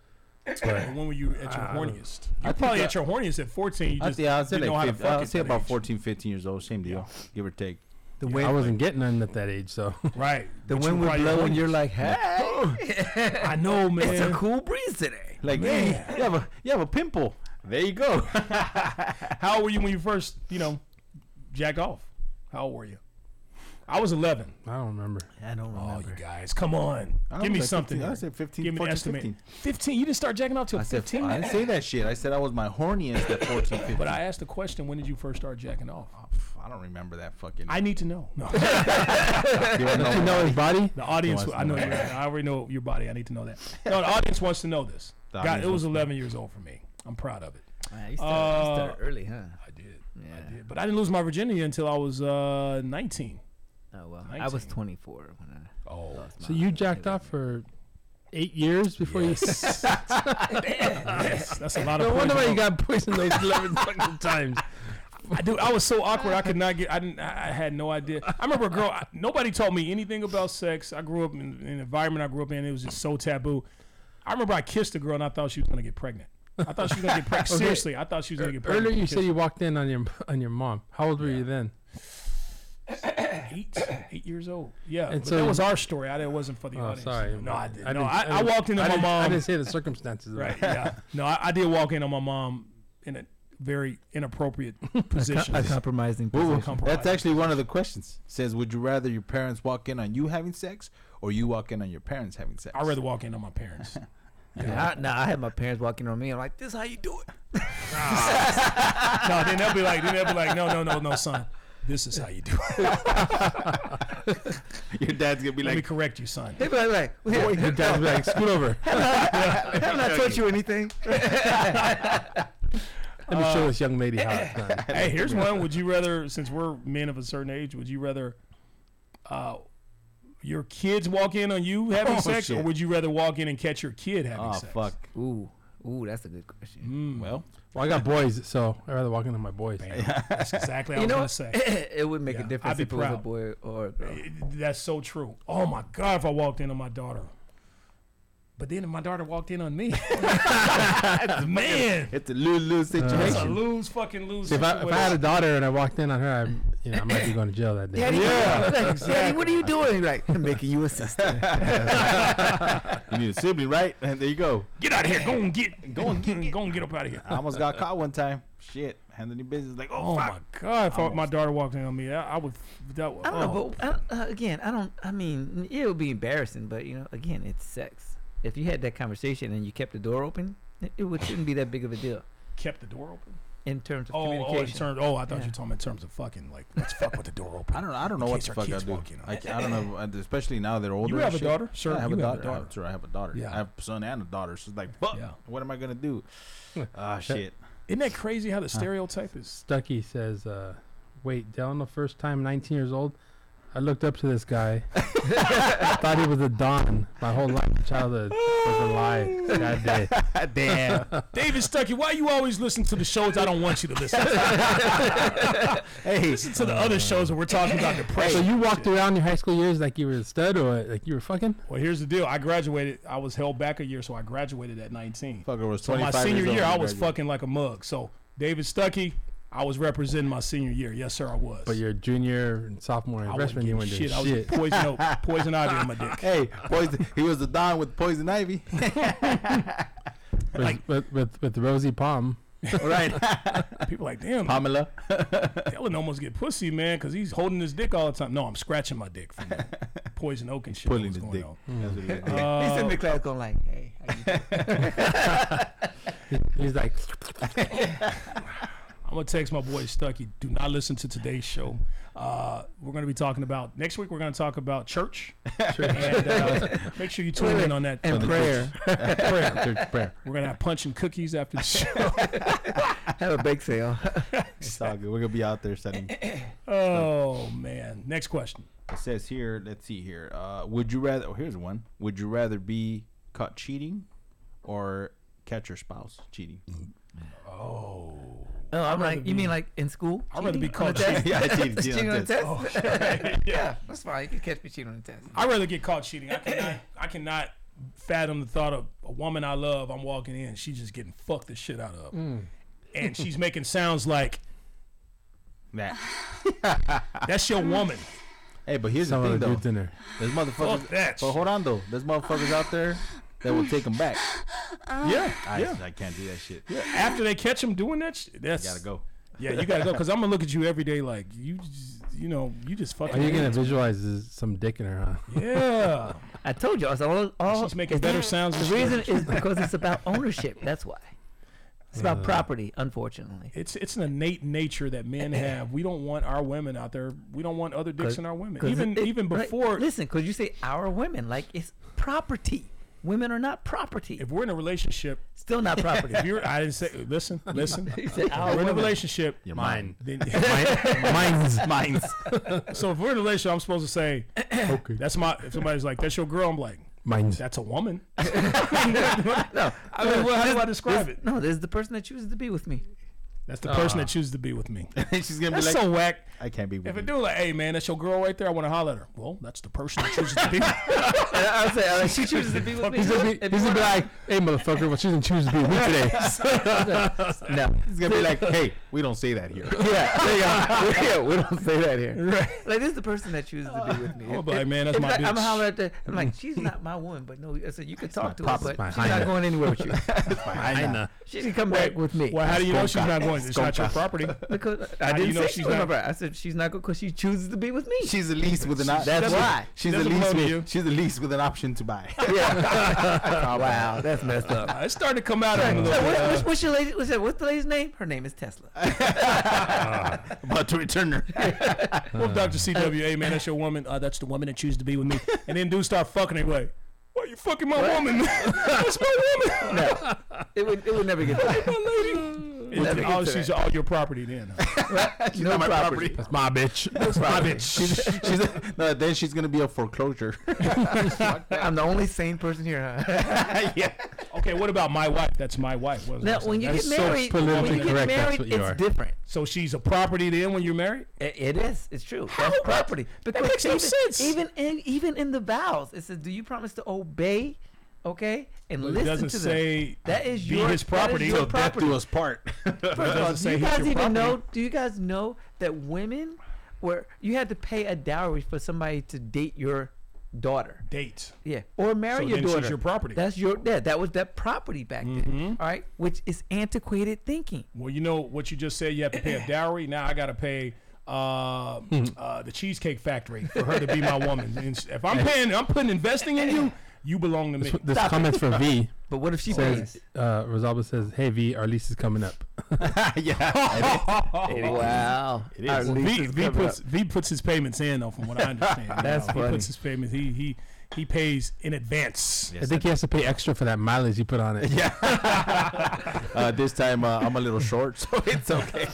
But when were you at your I don't- horniest? You're probably at your horniest at 14. You I'll just say, I'll say, didn't know like how to fif- fuck I'll at say that about age. 14, 15 years old. Same deal, give or take. The wind, I wasn't getting none at that age, so Right. the But you wind were would probably blow, and horny. you're like, "Hey, I know, man. it's a cool breeze today." Like, Man. hey, you have a you have a pimple. There you go. How old were you when you first, you know, jack off? How old were you? I was 11. I don't remember. I don't Oh, remember. you guys, come on. I Give was me like something. 15. I here. said 15, Give me an 14, estimate. 15. 15. You didn't start jacking off till I said 15. I didn't say that shit. I said I was my horniest at 14, 15. But I asked the question, when did you first start jacking off? I don't remember that fucking. I need to know. No. You wanna You know know his body? The audience, He wants I to know, know your, I already know your body. I need to know that. No, the audience wants to know this. The God, audience it was wants to know. 11 years old for me. I'm proud of it. Man, you started, you Uh, started early, huh? I did. Yeah. I did. But I didn't lose my virginity until I was uh, 19. Oh well, I was 19. 24 when I Oh, lost my. So you jacked off for eight years before yes. yes. That's a lot you. of. No wonder why poison. you got poisoned those eleven fucking times. I do. I was so awkward. I could not get. I didn't. I I had no idea. I remember a girl. I- Nobody taught me anything about sex. I grew up in, in an environment I grew up in. It was just so taboo. I remember I kissed a girl and I thought she was gonna get pregnant. I thought she was gonna get pregnant. Seriously, I thought she was gonna get pregnant. Earlier you Kissed said you walked in on your on your mom. How old were you then? eight, eight years old. Yeah, And but so- that was our story. I, it wasn't for the Oh, audience. sorry. No, I didn't. I no, didn't- I, I I, didn't- walked in on I my didn't- I mom. didn't say the circumstances. of Right. it. Yeah. No, I, I did walk in on my mom in a very inappropriate position. a compromising Whoa, whoa, position. compromise. That's actually one of the questions. Says, would you rather your parents walk in on you having sex, or you walk in on your parents having sex? I'd rather walk in on my parents. Yeah, I, nah, I had my parents walking on me. I'm like, "This is how you do it." no, then they'll be like, then they'll be like, no, no, no, no, son. This is how you do it. Your dad's gonna be Let me like, correct you, son. They be like, like well, here, Your dad's like, scoot over. haven't I taught you anything? Let me show this young lady how it's done. Hey, here's one. Would you rather, since we're men of a certain age, would you rather uh, your kids walk in on you having Oh, sex, or shit. would you rather walk in and catch your kid having oh sex? Hmm. fuck. Ooh, ooh, that's a good question. Well, Well, I got boys, so I'd rather walk in on my boys. That's exactly what I you was know, going what? to say. it would make Yeah, a I'd difference be if it was a proud. boy or a girl. That's so true. Oh my God, if I walked in on my daughter. But then if my daughter walked in on me. Man, it's a lose lose that's a situation. lose fucking lose. See, if, I, if I had a situation. daughter and I walked in on her, I, you know, I might be going to jail that day. Daddy, Yeah. like, Daddy, what are you doing? You're like, I'm making you a sister. you need a sibling, right? And there you go. get out of here. Go and get, go and get, go and get up out of here. I almost got caught one time. Shit, handling business. Like, oh, Oh fuck. my God! If I, my daughter walked in on me, I, I would. That would I don't oh. know, but uh, uh, again, I don't. I mean, it would be embarrassing, but you know, again, it's sex. If you had that conversation and you kept the door open, it, it would, shouldn't be that big of a deal kept the door open. in terms of Oh, oh, in communication. terms. Oh, I thought you Yeah. were talking in terms of fucking. Like, let's fuck with the door open. I don't. I don't in know what case the our fuck I kids do. walk in on I, it. I don't know. and Especially now they're older. have and a shit. daughter? Sure, I have you have a a daughter. I have, daughter. sure, I have a daughter. Yeah. I have a son and a daughter. So it's like, fuck. Yeah. What am I gonna do? Ah, shit. Isn't that crazy how the stereotype is? Stucky says, uh, wait, Dylan, the first time, 19 years old, I looked up to this guy. thought he was a Don. My whole life, childhood was a lie. That day. Damn. David Stuckey, why you always listen to the shows I don't want you to listen to? hey, listen to the other shows where we're talking about So depression. you walked around your high school years like you were a stud or like you were fucking? well, here's the deal. I graduated. I was held back a year, so I graduated at 19. fucker was So my 25 senior years old year, when I he was graduated. fucking like a mug. So David Stuckey, I was representing my senior year. Yes, sir, I was. But your junior and sophomore and I wasn't freshman, you giving went to shit. shit. I was a poison, oak- poison ivy in my dick. Hey, poison, he was the don with poison ivy. with, with, with, with Rosie Palm. right. People like, damn, Pamela. Ellen almost get pussy, man, because he's holding his dick all the time. No, I'm scratching my dick from the poison oak and shit. Pulling that his was dick. going That's what he did. on. He's Uh, in the class going like, hey, how you doing? He's like, I'm gonna text my boy Stucky. Do not listen to today's show. Uh, we're gonna be talking about next week. We're gonna talk about church. and, uh, make sure you tune in on that. and prayer. prayer. Church prayer. We're gonna have punch and cookies after the show. Have a bake sale. It's all good. We're gonna be out there setting. Oh man. Next question. It says here, let's see here. Uh, would you rather? Oh, here's one. Would you rather be caught cheating, or catch your spouse cheating? Oh, I'm like, you mean like in school? I'd rather be Cheating on caught the test? cheating. yeah, cheating, That's cheating on the test? yeah. Oh, That's fine. You can catch me cheating on the test. I'd rather get caught cheating. I cannot. I cannot fathom the thought of a woman I love. I'm walking in. She's just getting fucked the shit out of, and she's making sounds like Nah. that's your woman. Hey, but here's some the of thing the though. dudes in there. There's Fuck motherfuckers. that. But shit. hold on though. There's motherfuckers out there that will take them back. Yeah. I, yeah. I can't do that shit. after they catch him doing that, sh- that's I gotta go. Yeah, you gotta go because I'm gonna look at you every day like you, just, you know, you just fucking. Are you gonna hate visualize is some dick in her? Huh? me. Yeah, I told you. I was all, all she's making better sounds. The than she reason does. is because it's about ownership. That's why. It's about property, unfortunately. it's it's an innate nature that men have. We don't want our women out there. We don't want other dicks 'Cause- in our women. 'cause Even it- even right, before, listen, because you say our women, like it's property. Women are not property. if we're in a relationship, Still not property. if you're, I didn't say. Listen, listen. He if said our we're in a women. relationship. Your Mine. Then, Mine's mine's. so if we're in a relationship, I'm supposed to say Okay. that's my. If somebody's like, "That's your girl," I'm like, Mine's. "That's a woman." no, I mean, well, how do I describe it? No, this is the person that chooses to be with me. That's the person that chooses to be with me. She's gonna That's be like, so whack. I can't be with If a you. dude like, hey man, that's your girl right there, I want to holler at her. Well, that's the person that chooses to be. with And I was like, she chooses to be with me. He's gonna be, he's gonna be like, hey motherfucker, but she didn't choose to be with me today. no. He's gonna be like, hey, we don't say that here. Yeah, there you go. yeah, we don't say that here. me. right. Like this is the person that chooses to be with me. I'm like, man, that's If my I- I'm bitch. hollering at the. I'm like, she's not my woman, but no, I said you can talk to her, papa, but my she's not hyena. going anywhere with you. I know. She can come Wait, back with me. Well, how do you know she's not going? It's not your property. Because How I do didn't you know say she's she was my not- bride. I said she's not going because she chooses to be with me. She's the least with an option. That's why. She's the doesn't least love with you. She's the least with an option to buy. Oh, yeah. wow, that's messed up. Uh, it's starting to come out of him a So little what, bit. what's, what's your lady? What's, that, what's the lady's name? Her name is Tesla. About to return her. Well, Dr. CWA, man, that's your woman. Uh, that's the woman that chooses to be with me. And then dudes start fucking anyway. Why you fucking my woman? that's my woman. no, it would it would never get that. It's- get oh, to she's that. all your property then. she's not my property. That's my bitch. That's My bitch. She's, she's a, no, then she's gonna be a foreclosure. I'm the only sane person here, huh? yeah. Okay, what about my wife? That's my wife. What was I Now, saying? when you That's get so married, when politically you get correct, that's married, what you it's are. different. so she's a property then when you're married? It- it is. It's true. That's What? property. That makes no even, sense. Even in even in the vows, it says, "Do you promise to obey?" Okay, and But it listen doesn't to them. say That is be your his that is property. your So Death property. do us part. First of all, doesn't do say you he's guys your even property. know? Do you guys know that women were you had to pay a dowry for somebody to date your daughter? date. Yeah, or marry So your then she's daughter. your property. Mm-hmm. That's your yeah. That was that property back then. All right, which is antiquated thinking. Well, you know what you just said. You have to pay a dowry. Now I got to pay uh, uh, the Cheesecake Factory for her to be my woman. And s- if I'm paying, I'm putting investing in you. You belong to me. This comment's for V. But what if she Says pays? uh, Rosalba says, "Hey V, our lease is coming up." yeah. Wow, it is. V, v puts V puts his payments in, though, from what I understand. you That's know. He funny. puts his payments. He he he pays in advance. I think he has to pay extra for that mileage he put on it. Uh, this time uh, I'm a little short, so it's okay.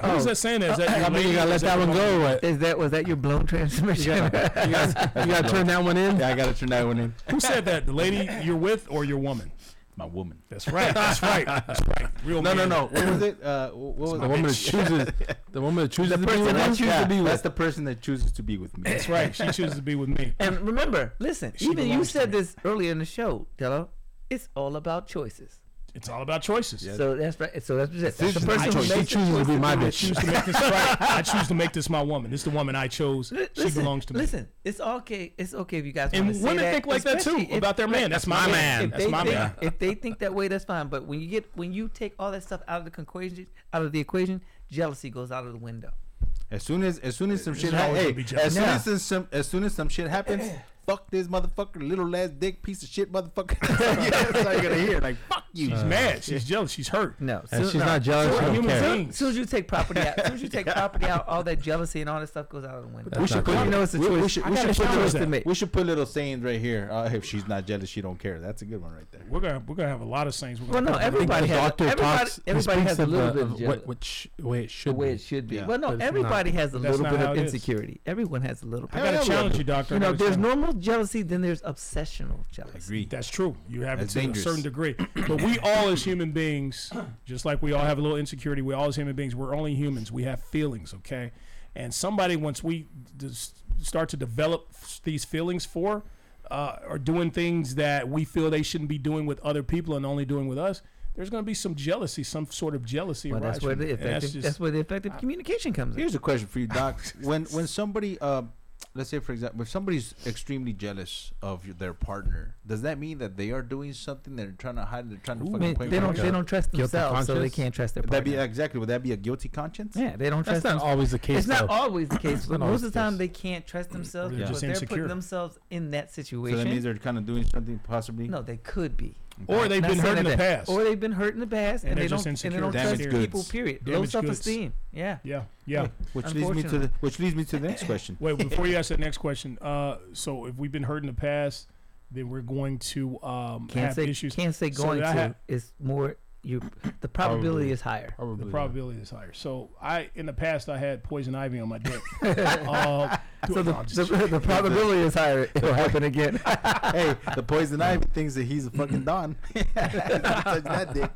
Who's that saying that? Is that your I mean, lady? you gotta Is let that your one woman? go. Or what? Is that was that your blown transmission? You gotta, you gotta turn that one in. Yeah, I gotta turn that one in. Who said that? The lady you're with or your woman? My woman. That's right. That's right. That's right. Real No, no, man. no. What was it? Uh, wh- what was The woman that chooses, the woman that chooses to be with him, yeah, to be That's with. the person that chooses to be with me. That's right. She chooses to be with me. and remember, listen, She even you belongs to said me. this earlier in the show, Dello. It's all about choices. It's all about choices. So that's right. So that's it. She That's the person who chooses makes it. to be my I bitch. choose to make this right. I choose to make this my woman. This is the woman I chose. Li- she belongs to me. Listen, it's okay. It's okay if you guys. And wanna say women that, think like that too especially if- about their man. That's my if- man. if That's they my think- man. If they think that way, that's fine. But when you get when you take all that stuff out of the equation, out of the equation, jealousy goes out of the window. As soon as as soon as some shit always gonna happens, be hey, jealous. as soon Yeah. as this- some as soon as some shit happens, fuck this motherfucker, little ass dick piece of shit motherfucker. yeah, that's all you're gonna hear. Like fuck you. She's mad. She's jealous. She's hurt. No, And soon- she's no. not jealous. We're She don't human care. beings. As soon as you take property out, as soon as you take property out, all that jealousy and all that stuff goes out of the window. That's not But you good. know, it's a We, choice. we should, I we, gotta should put challenge little, that. to make. we should put little sayings right here. Uh, if she's not jealous, she don't care. That's a good one right there. We're gonna we're gonna have a lot of things. We're Well, gonna no, put- everybody The has. doctor everybody, talks. he everybody speaks has a of little the- bit of of jealousy. what, which way it the should way be. it should be. Yeah. Well, no, But it's everybody has a That's little not bit how of it is. insecurity. Everyone has a little I bit. gotta Yeah, we challenge do. you, doctor. You I know, gotta there's challenge- normal jealousy, then there's obsessional jealousy. Agree. That's true. You have That's it to dangerous. a certain degree, but we all, as human beings, just like we all have a little insecurity, we all, as human beings, we're only humans. We have feelings, okay? And somebody, once we dis- start to develop s- these feelings for, uh, or doing things that we feel they shouldn't be doing with other people and only doing with us, there's going to be some jealousy, some sort of jealousy. Well, that's arise where from it. the And effective, that's, just- where the effective communication comes in. Here's a question for you, Doc. when when somebody, uh, let's say for example, if somebody's extremely jealous of your, their partner, does that mean that they are doing something they're trying to hide? They're trying to Ooh, I fucking mean, play. they don't with? they don't trust Guilty themselves, so they conscience? can't trust their Would that be partner. exactly? Would that be a guilty conscience? yeah, they don't That's trust. not Them. always the case. It's not though. always the case, but not always most of the the time case. they can't trust themselves. they're but just they're insecure. putting themselves in that So that means situation. they're kind of doing something possibly. no, they could be. or they've Not been saying hurt in that the they- past. Or they've been hurt in the past, And and, they're they just don't and they insecure. don't Damaged trust goods. people. Period. Low Damaged goods. self-esteem. Yeah. yeah, yeah. Which leads me to the which leads me to the next question. Wait, before you ask that next question, uh, so if we've been hurt in the past, then we're going to um, Can't have say issues. can't say So going I to. ha- it's more you. The probability is higher. Probably. the not. probability is higher. So I, in the past, I had poison ivy on my dick. uh, so the, the probability is higher. It'll happen again. hey, the poison ivy thinks that he's a fucking don. Don't touch that dick.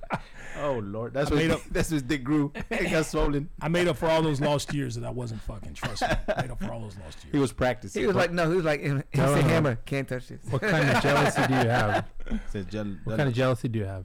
Oh lord, that's I what made up- that's what his dick grew. It got swollen. I made up for all those lost years that I wasn't fucking. Trust me, I made up for all those lost He years. was practicing. He was like, no, he was like, it's No, a no, no. hammer. Can't touch this. What kind of jealousy do you have? Said Jell- What kind of jealousy do you have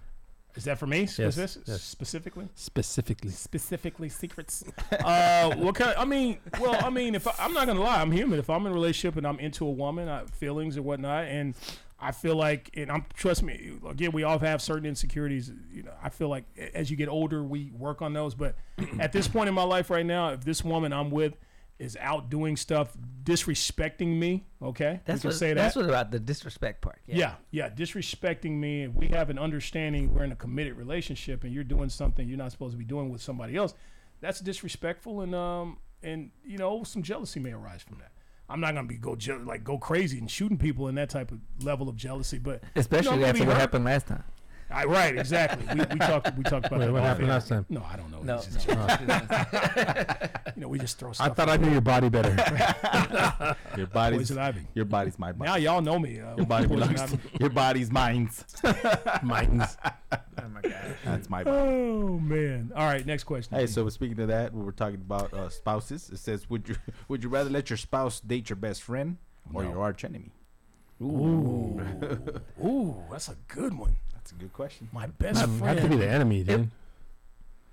Is that for me? Yes, Spec- yes. Specifically, specifically? specifically secrets. uh, what kind? I mean, well, I mean, if I, I'm not gonna lie, I'm human. If I'm in a relationship and I'm into a woman, I, feelings and whatnot, and I feel like, and I'm trust me, again, we all have certain insecurities. You know, I feel like a- as you get older, we work on those. But at this point in my life right now, if this woman I'm with is out doing stuff, disrespecting me, okay, That's we what, can say that. that's what about the disrespect part. Yeah. yeah, disrespecting me. If we have an understanding, we're in a committed relationship, and you're doing something you're not supposed to be doing with somebody else. That's disrespectful, and um, and you know, some jealousy may arise from that. I'm not gonna be go je- like go crazy and shooting people in that type of level of jealousy, but Especially you know, maybe after what her- happened last time. I, right, exactly. We, we talked we talked about Wait, that what off happened air. last time? No, I don't know. No, It's just- no. you know, we just throw I stuff. thought I knew your body better. your at body's poison ivy. your body's my Now body. y'all know me. Uh, Your body poison belongs ivy. to your body's mine's. Mine's. oh my god. That's my body. Oh man! All right, next question. Hey, so speaking of that, we were talking about uh, spouses. It says, would you would you rather let your spouse date your best friend or No. your arch enemy? Ooh, ooh, that's a good one. That's a good question. My best I friend. have to be the enemy, dude.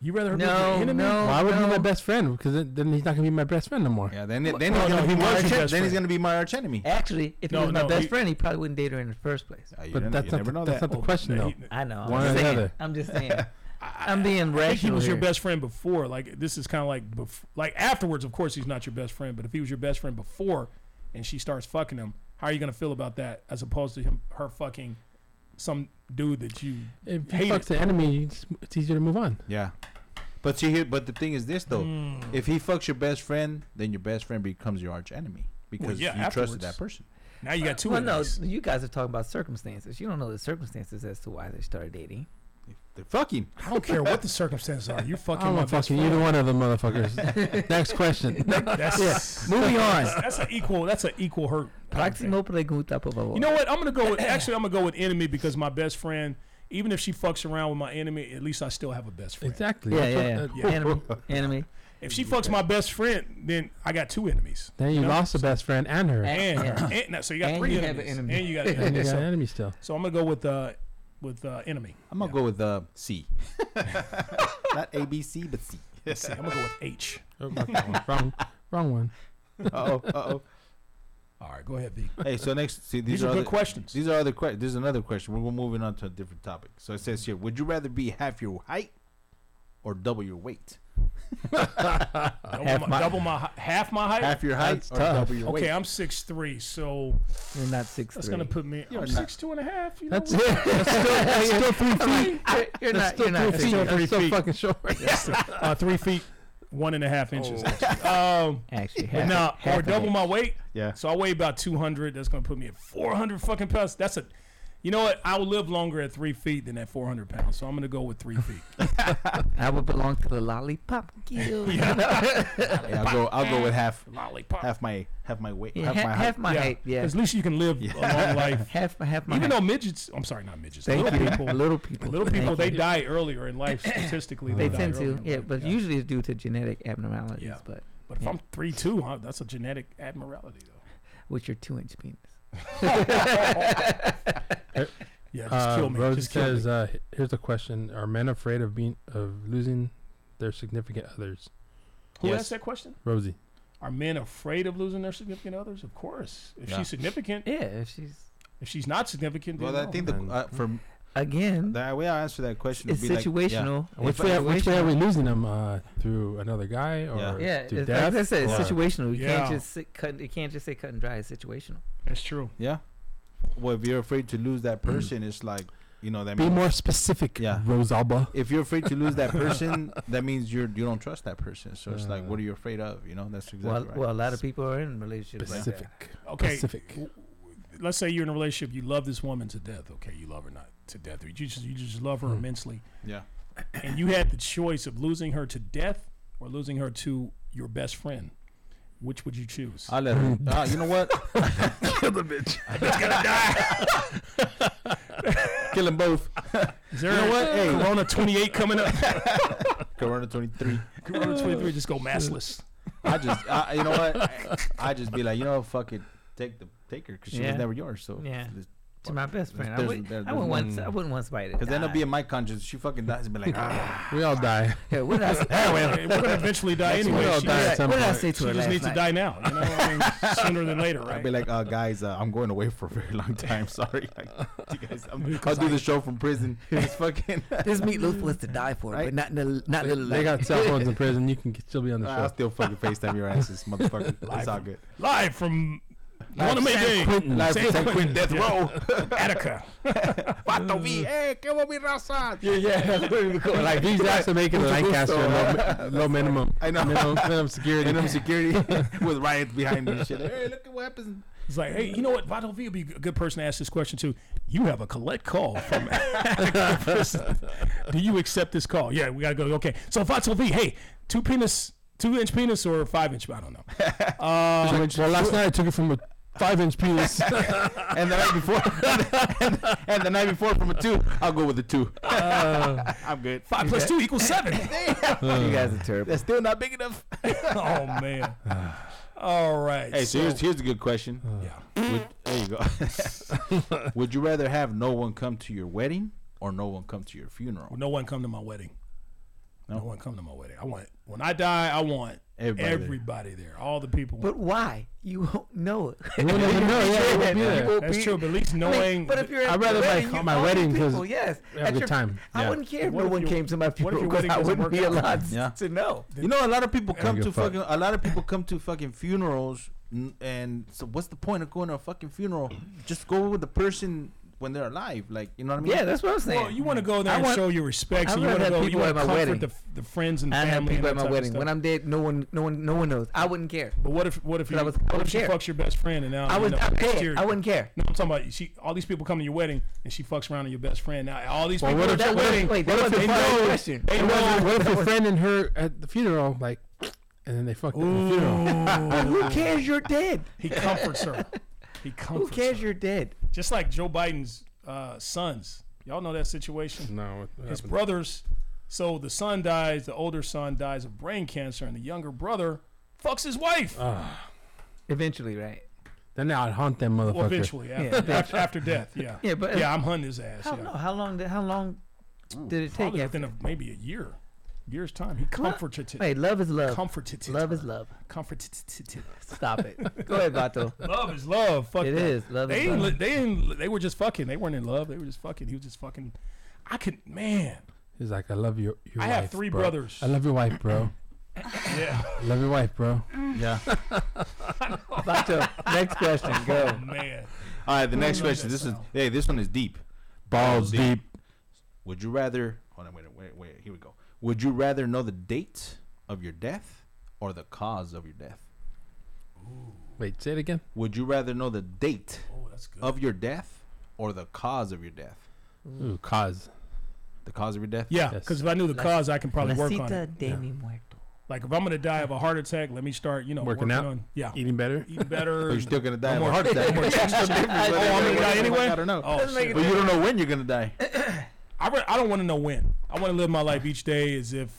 You rather her be No, your enemy? no. Why would he be my no. best friend? Because then- then he's not gonna be my best friend no more. Yeah, then then no, he's gonna he be was my your arch, best then he's friend. gonna be my arch enemy. Actually, if he No, was my no, best he- friend, he probably wouldn't date her in the first place. Uh, you But don't- that's you not. never The, know that's that. not the question No, though. Oh, he- I know. I'm One or just the saying. other. I'm just saying. I, I'm being I think he rational. was your here. best friend before. Like this is kind of like bef- like afterwards. Of course, he's not your best friend, but if he was your best friend before, and she starts fucking him, how are you gonna feel about that? As opposed to him, her fucking some dude that you. If Hate he fucks the enemy, it's, it's easier to move on. Yeah. But see here, but the thing is this though: if he fucks your best friend, then your best friend becomes your arch enemy because yeah, you afterwards. trusted that person. Now you got two. Well, no, enemies. you guys are talking about circumstances. You don't know the circumstances as to why they started dating. They're fucking. I don't care what the circumstances are. You're I fucking don't my want best fucking friend. either one of them motherfuckers. Next question. That's Moving on. that's an equal. That's an eal hurt. Próximo pregunta, por favor. You know what? I'm gonna go with actually. I'm gonna go with enemy because my best friend, even if she fucks around with my enemy, at least I still have a best friend. Exactly. Yeah, That's what- yeah, uh, yeah. Enemy, enemy. If she fucks my best friend, then I got two enemies. Then you know? lost the best friend and her. And- And, Yeah. and- so you got And three you have enemies. an enemy. And you got an And enemy. you got an so, enemy still. so I'm gonna go with uh, with uh, Enemy. I'm gonna go with uh, C. Not A B C, but C. Let's see. I'm gonna go with H. Oh, fuck that one. wrong, wrong one. Oh, oh. All right, go ahead, V. Hey, so next, see These, these, are, good other, questions. These are other questions. There's another question. We're, we're moving on to a different topic. So it says here, would you rather be half your height or double your weight? Double half my, double my hi- half my height. Half your height That's or tough. double your okay, weight? I'm six three, so You're not six. that's gonna put me. I'm not- six two and a half. You know That's, what? that's still, that's still three feet. You're, you're That's not. still You're not. three feet. still three That's still feet. fucking short. uh, three feet, one and a half inches. actually. Um, Actually, but half, now, half or of double it. my weight. Yeah. So I weigh about 200. That's going to put me at 400 fucking pounds. That's a, you know what? I will live longer at three feet than at 400 pounds. So I'm going to go with three feet. I would belong to the lollipop guild. Yeah, I'll go. I'll go with half, Lollipop. half my, half my weight, Yeah, half my ha- height. half my height. Yeah, At least you can live a long life. half half my. Even height. though midgets, I'm sorry, not midgets. Thank little you. people, little people, little Thank people, they you. die earlier in life statistically. they die tend earlier to. in Yeah, life, but usually it's due to genetic abnormalities. Yeah. But But if I'm three two, huh, that's a genetic abnormality though. with your two inch penis. Yeah, just Uh, kill me. Rose just kill says, me. uh, h- "Here's a question: Are men afraid of being of losing their significant others?" Who yes. asked that question? Rosie, Are men afraid of losing their significant others? Of course. If Yeah. she's significant, Yeah, if she's if she's not significant, then Well, I no. think the man. uh, from again, the way I answer that question it's would be Like, situational. which It's way, which way are situational. we losing them? Uh, through another guy or Yeah. Yeah, through it's, death? like I said, it's or- situational. You Yeah. can't just sit, cut. You can't just say cut and dry. It's situational. that's true. yeah, yeah. Well, if you're afraid to lose that Mm. person, it's like you know that. Be means- more specific, Yeah. Rosalba. if you're afraid to lose that person, that means you're you don't trust that person. So it's like, Uh. what are you afraid of? You know, that's exactly Mm. well, right. well, a lot of people are in relationships like that. Specific. Okay. Specific. Let's say you're in a relationship, you love this woman to death. Okay, you love her not to death. You just you just love her Hmm. immensely. yeah, and you had the choice of losing her to death or losing her to your best friend, which would you choose? I let her. Ah, you know what? Kill the bitch. gonna die. Kill them both. Is there a Corona 28 coming up? Corona twenty three. Corona 23 just go massless. I just, I, you know what? I just be like, you know, fuck it, take the take her because she Yeah. was never yours. So Yeah. Because To my best friend, I, There's- would, there- I there's wouldn't want. one- I wouldn't want somebody to. Because then it'll be in my conscience. She fucking dies and be like, ah, We all die. Yeah, what did I say? We're going to eventually die That's anyway. what I'll She, die just- at some what did I point. say to she her just last needs night? to die now. You know, I mean, sooner than later, I'd be right? like, uh, guys, uh, I'm going away for a very long time. Sorry, like, you guys, I'm, I'll do the show from prison. It's fucking. This meatloaf was to die for, Right? but not in the not They, in the they got cell phones in prison. You can still be on the I'll show. still fucking FaceTime your asses, motherfucker. It's all good. Live from one of my days. Quentin. Live from San Quentin Death Mm. Yeah. Row. Attica. Pato V. Hey, que mi raza. Yeah, yeah. like these guys are making Lancaster low, low minimum. I know. Minimum, minimum security. Minimum security with riots behind me and shit. Hey, look at what happens. It's like, hey, you know what? Vado V would be a good person to ask this question to. You have a collect call from prison. Do you accept this call? Yeah, we gotta go. Okay, so Vado V, hey, two penis, two inch penis or five inch? I don't know. Well, last night I took it from a five inch penis. And the night before, and, the night before from a two, I'll go with a two. I'm good. Five plus two equals seven. You guys are terrible. That's still not big enough. oh man. All right. Hey, so here's here's a good question. yeah. Would, there you go. Would you rather have no one come to your wedding or no one come to your funeral? Well, no one come to my wedding. No. No? one come to my wedding. I want when I die, I want Everybody everybody, there. there. all the people. But why? You won't know it. You won't even know, yeah, you won't be there. That's true. But at least I mean, knowing. but if you're at I'd the rather, like, wedding, on you my know wedding, 'cause people, yes, have a at good your- time. I Yeah. wouldn't care if What no if one your- came to my your funeral because wedding I doesn't wouldn't work be out? allowed Yeah. to know. You know, a lot of people don't come give to a fuck. fucking. A lot of people come to fucking funerals, n- and so what's the point of going to a fucking funeral? Just go with the person when they're alive. Like, you know what I mean? Yeah, that's what I'm saying. Well, you want to go there I and want- show your respect. I'd and you rather want to have go. You people want at to my comfort wedding. the, the friends and I have family. people at and that my type of wedding. stuff. When I'm dead, no one, no one, no one knows. I wouldn't care. but what if what if you I was- I what if was she there. fucks your best friend and now I Oh, you was know, not next there. year- I wouldn't care. No, I'm talking about she. All these people come to your wedding and she fucks around to your best friend. Now all these people what at if- your that wedding. wasn't- wait, what that if wasn't it my follows- question. They What if- know- what if your friend and her at the funeral, like, and then they fucked at the funeral? Who cares? You're dead. he comforts her. He Who comforts cares? her. You're dead. Just like Joe Biden's uh, sons. Y'all know that situation. No. his brothers. So the son dies, the older son dies of brain cancer, and the younger brother fucks his wife. Eventually, right? Then I'd hunt them motherfucker. Well, eventually, after, after, after death, yeah. Yeah, but- uh, yeah, I'm hunting his ass. How, yeah. no, how long? Did, how long did it take? Probably After, within a, maybe a year, year's time. He comforted it. hey, love is love. comforted it. love is love. comforted it. Stop it. Go ahead, Vato. Love is love. Fuck It that. is. Love They is ain't, love. li- they ain't, they were just fucking. They weren't in love. They were just fucking. He was just fucking. I could man. He's like, I love your, your I wife. have three bro. brothers. I love your wife, bro. Yeah, I love your wife, bro. Yeah. All Vato, next question. Go. Oh, man. right. The next love question. that This is sound. hey. This one is deep. Balls deep. Would you rather? Hold on. Wait. Wait. Wait. Here we go. Would you rather know the date of your death or the cause of your death? Wait, say it again. Would you rather know the date Oh, that's good. of your death or the cause of your death? Ooh, cause. The cause of your death. yeah, Yes. because if I knew the La- cause, I can probably work on it. de mi muerto. Like if I'm gonna die of a heart attack, let me start. You know, Working working, out? on yeah, Eating better. eating better. But you're still gonna die. more of a heart attack. no more chicks. oh, I'm gonna die anyway? I don't know. Oh, shit. But you don't know when you're gonna die. I, re- I don't want to know when. I want to live my life each day as if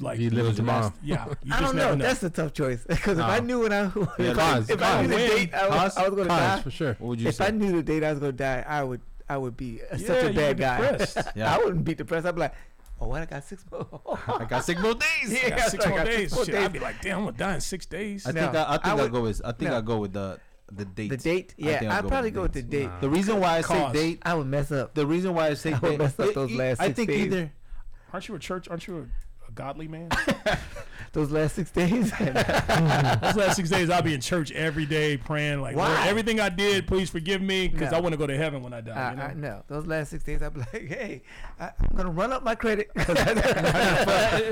like You live tomorrow. Yeah, you I just don't know. never That's a tough choice. Because if I No. knew when I Yeah, cause. if I knew the Cause. date I was, Cause. I was gonna Cause, die. for sure. What would you If say? I knew the date I was gonna die, I would I would be uh, such Yeah, a you'd bad be guy. depressed. Yeah. I wouldn't be depressed. I'd be like, oh, what? I got six more. I got sick both days. Yeah, got six I more got six days. more Shit, days. I'd be like, damn, I'm gonna die in six days. I think No, I, I think I I would- will go with I think no. I'll go with the the date. The date? I think Yeah, I'll I'd go probably with go with the dates. date. Nah. The reason why I say Cause. date. I would mess up. The reason why I say I would date. mess up it- those it- last I six think days. either. Aren't you a church? Aren't you a, a godly man? Those last six days. Those last six days, I'll be in church every day praying, like, Lord, Why? everything I did, please forgive me, because No. I want to go to heaven when I die. I, you know? I know. Those last six days, I'd be like, hey, I, I'm going to run up my credit.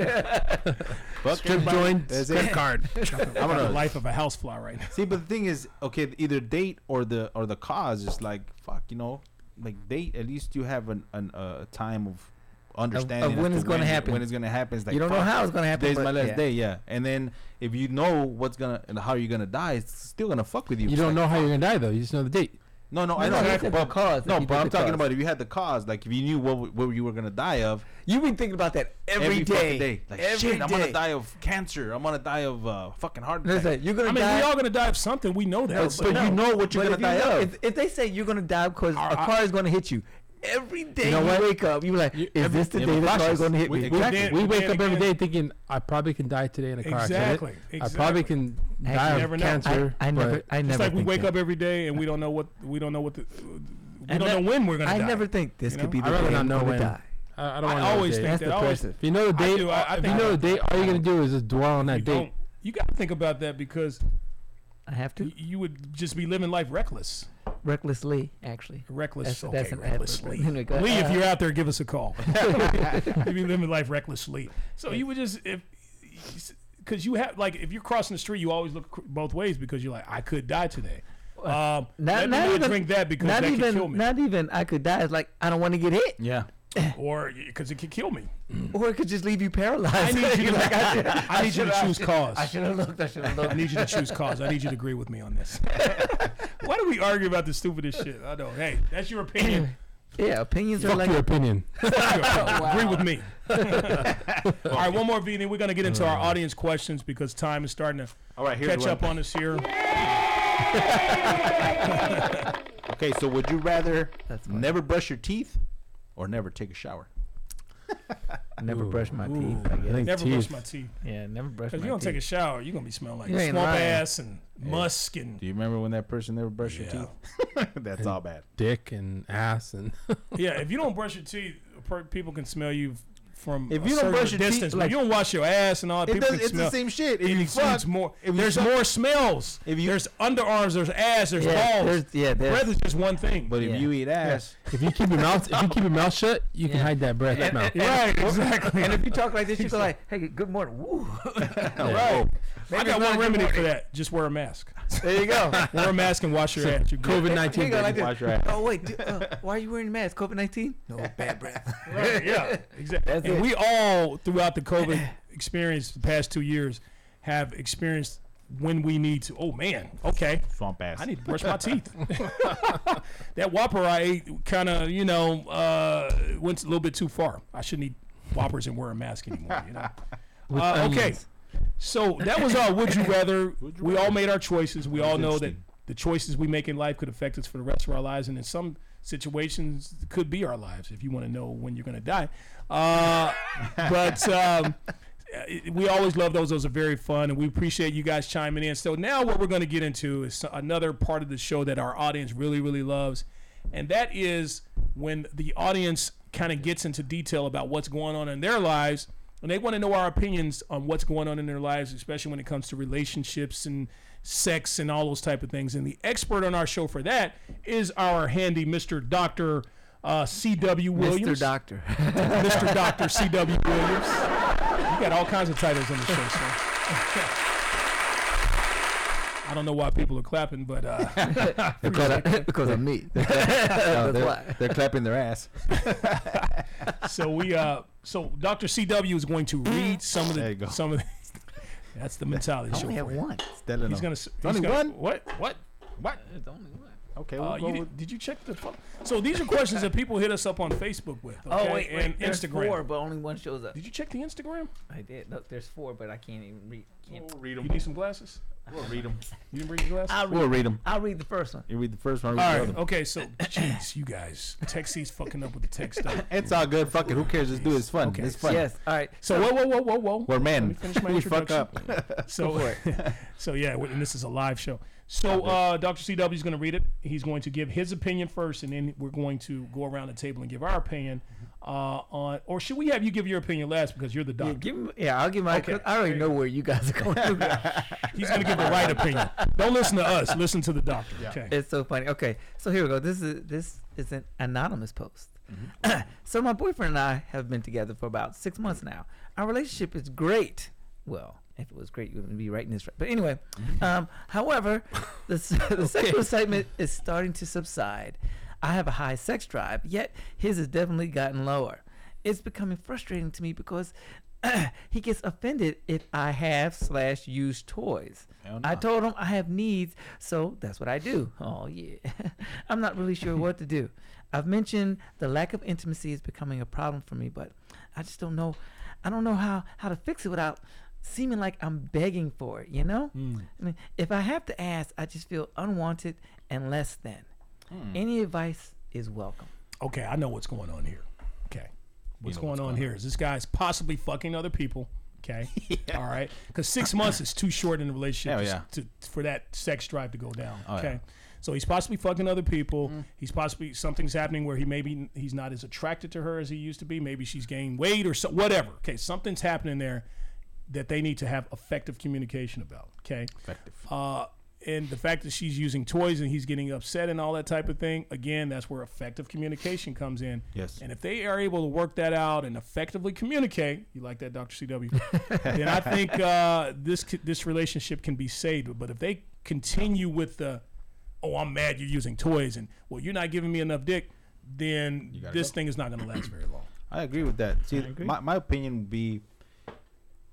Fuck Strip everybody. joint. That's Strip it. card. I I'm got the gonna life of a housefly right now. see, but the thing is, okay, either date or the or the cause is like fuck, you know, like date. At least you have an an uh, a time of understanding when as it's gonna when- happen. When it's gonna happen, it's like you don't know fuck, how it's going to happen. Today's but my last yeah. day, yeah. And then if you know what's gonna and how you're gonna die, it's still gonna fuck with you. You It's like, don't know how you're gonna die though. You just know the date. No, no, I No, know. no, you said the but, cause, no, if you but did I'm the talking cause. about if you had the cause, like if you knew what what you were gonna die of You've been thinking about that every fucking day. day. Like Every shit, I'm day. gonna die of cancer. I'm gonna die of uh, fucking heart attack. Listen, you're going I to mean, die. we all gonna die of something. We know that. but, you know what you're but gonna if, you die know- of. if, if they say you're going to die because Our- a car is going to hit you, every day you, know what? wake up, you're like, is this the yeah, day but the car cautious. is going to hit We- me? exactly. Then- we then wake up every again- day thinking I probably can die today in a car exactly, accidly. exactly. I probably can Hey, die you of never know. cancer. I, I never, but I never It's like we think wake that. up every day and we don't know what we don't know what the we don't And that- know when we're gonna I die. never think this you know? could be the I'd rather day not I'm know going to when. die. I, I don't I want to always know think the date. That's that. I always, depressive. If you know the I date, do, I- I if you think- know the date, all you're gonna do is just dwell on you that date. don't- You gotta think about that because I have to y- you would just be living life reckless. recklessly, actually. Reckless. That's- okay, that's an reckless effort. Lee. Anyway, go- Lee, if uh, you're out there, give us a call. you be living life recklessly. So you would just if because you have like if you're crossing the street, you always look cr- both ways because you're like I could die today. Um, let me not drink that because not that even, could kill me, Not even I could die. It's like I don't want to get hit, yeah, or because it could kill me. or it could just leave you paralyzed. I need you to, like, I should, I need you to choose cause. I should have looked. I should have I looked. need you to choose cause. I need you to agree with me on this. Why do we argue about the stupidest shit? I know. Hey, that's your opinion. yeah, opinions are Fuck like your opinion. Fuck your opinion. Oh, Agree with me. All right, one more V, and then we're gonna get into our audience questions because time is starting to All right, here's catch one. up on us here. Okay, so would you rather That's fine. never brush your teeth or never take a shower? never Ooh. brush my Ooh. teeth. I guess. I think Never brush teeth. my teeth Yeah, never brush my because teeth. you don't take a shower, you're gonna be smelling like You ain't swamp lying. ass and musk and Do you remember when that person never brushed Yeah. your teeth? That's all bad. dick and ass and yeah. If you don't brush your teeth, per- people can smell you f- from If a you don't certain brush your teeth, distance. but like- if you don't wash your ass and all, that, It people does, can it's smell. the same shit. If It you exudes fuck, more. if you there's suck- more smells. If you- there's underarms, there's ass, there's Yeah, balls. there's- yeah, there's- breath is just one thing. But if Yeah. you eat ass, if you keep your mouth if you keep your mouth shut, you can Yeah. hide that breath smell. right, exactly. And if you talk like this, you go like, "Hey, good morning." Woo. right. I Maybe got not one good remedy for morning. that. Just wear a mask. There you go. Wear a mask and wash your ass. You good. COVID You nineteen go like wash this. your ass. Oh wait, d- uh, why are you wearing a mask? COVID nineteen? No, Oh, bad breath. Right, yeah, exactly. That's and it. we all, throughout the COVID experience, the past two years, have experienced when we need to. Oh man, okay, Swamp ass. I need to brush my teeth. that Whopper I ate kind of, you know, uh, went a little bit too far. I shouldn't eat Whoppers and wear a mask anymore. You know. Uh, okay, onions. so that was our would you rather. Would you we all rather. made our choices. We all know that the choices we make in life could affect us for the rest of our lives, and in some situations, it could be our lives. If you want to know when you're going to die, uh, but um, it- we always love those. Those are very fun, and we appreciate you guys chiming in. So now, what we're going to get into is another part of the show that our audience really, really loves, and that is when the audience kind of gets into detail about what's going on in their lives and they want to know our opinions on what's going on in their lives, especially when it comes to relationships and sex and all those type of things. And the expert on our show for that is our handy Mr. Doctor uh, C.W. Williams, Mr. Doctor. Mr. Doctor C.W. Williams. You got all kinds of titles on the show, sir. I don't know why people are clapping, but uh, because, I, because of me. No, That's they're, why. they're clapping their ass. so we uh so Dr. CW is going to read some of There the you go. some of the, that's the mentality I show. only have for you. one. Stellar He's no. gonna s- he's Only gonna- one? What? What? What? It's only one. Okay. Uh, we'll go you with- did, did you check the phone? So these are questions that people hit us up on Facebook with. okay, Oh wait, wait and there's Instagram. four, but only one shows up. Did you check the Instagram? I did. Look, there's four, but I can't even read. Can't. We'll read You 'em. need some glasses? We'll read them. You didn't bring your glasses? I'll read. We'll read them. I'll read the first one. You read the first one. I'll All read right. the other Okay. So, jeez, you guys, Texie's fucking up with the tech stuff. one. It's all good. Fuck it. Who cares? Let's do it. It's fun. Okay. It's fun. Yes. All right. So whoa, whoa, whoa, whoa, whoa. We're Let me men. finish my We fuck introduction. up. So, so yeah, and this is a live show. So, uh, Dr. CW is going to read it. He's going to give his opinion first, and then we're going to go around the table and give our opinion uh, on. Or should we have you give your opinion last because you're the Yeah, doctor? give him, yeah, I'll give my. Okay. I already know where you guys are going. He's going to give the right opinion. Don't listen to us. Listen to the doctor. Okay. it's so funny. Okay, so here we go. This is this is an anonymous post. so my boyfriend and I have been together for about six months now. Our relationship is great. Well, if it was great, you wouldn't be writing this. Right. But anyway, um, however, the, s- the sexual excitement is starting to subside. I have a high sex drive, yet his has definitely gotten lower. It's becoming frustrating to me because he gets offended if I have slash use toys. Hell I nah. told him I have needs, so that's what I do. Oh yeah, I'm not really sure what to do. I've mentioned the lack of intimacy is becoming a problem for me, but I just don't know. I don't know how how to fix it without seeming like I'm begging for it. You know, I mean, if I have to ask, I just feel unwanted and less than. Any advice is welcome. Okay. I know what's going on here. Okay. What's know going what's on going here is this guy's possibly fucking other people. Okay. All right. Because six months is too short in a relationship Hell to- yeah. to, for that sex drive to go down. Oh, yeah. Mm-hmm. okay. So he's possibly fucking other people. He's possibly something's happening where he maybe he's not as attracted to her as he used to be. Maybe she's gained weight or so, whatever. Okay. Something's happening there that they need to have effective communication about. Okay. Effective. Uh, and the fact that she's using toys and he's getting upset and all that type of thing, again, that's where effective communication comes in. Yes. And if they are able to work that out and effectively communicate, you like that, Doctor CW, then I think uh, this c- this relationship can be saved. But if they continue with the, oh, I'm mad you're using toys, and well, you're not giving me enough dick, then gotta this go. thing is not going to last very long. I agree with that. See, my, my opinion would be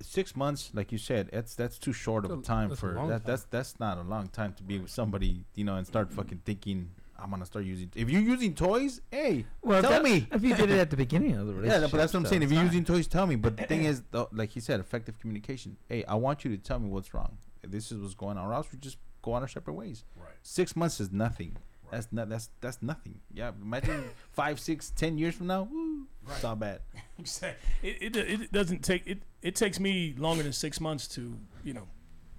six months, like you said, that's that's too short of a That's a- time that's a for long that. time. That's that's not a long time to be with somebody, you know, and start fucking thinking I'm gonna start using. If you're using toys, hey, tell that- me. if you did it at the beginning of the Yeah, relationship. no, but that's what I'm so saying. If it's you're fine. using toys, tell me. But the thing is, though, like he said, effective communication. Hey, I want you to tell me what's wrong. This is what's going on. Or else we just go on our separate ways. Right. Six months is nothing. That's not. That's that's nothing. Yeah. Imagine five, six, ten years from now. Woo, It's all bad. I'm saying, it, it, it doesn't take it. It takes me longer than six months to you know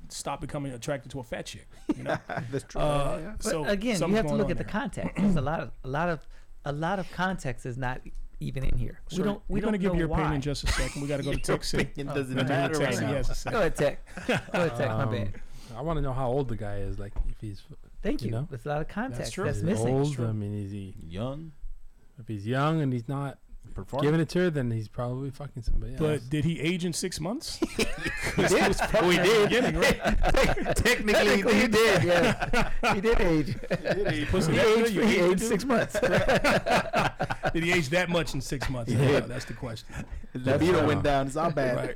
stop becoming attracted to a fat chick. You know. That's true. Uh, But so again, you something's have to going look on at the there. context. There's a lot of a lot of a lot of context is not even in here. Sure, we don't we we're gonna don't give know your why. opinion in just a second. We got to go to Texas. It doesn't Matter right now. Go ahead, Tech. Go ahead, Tech. my Um, bad. I want to know how old the guy is. Like, if he's Thank you you. know, There's a lot of context that's, true. It's missing. old, True. I mean, is he? Young If he's young and he's not performing. giving it to her, then he's probably fucking somebody else. But did he age in six months? We did. we Beginning, right? Technically, he did, yes. he did age. Pussy, He that's good. aged, You he aged aged it. six months. Did he age that much in six months? He Yeah, did. that's the question. Libido uh, went down. It's all bad. Right.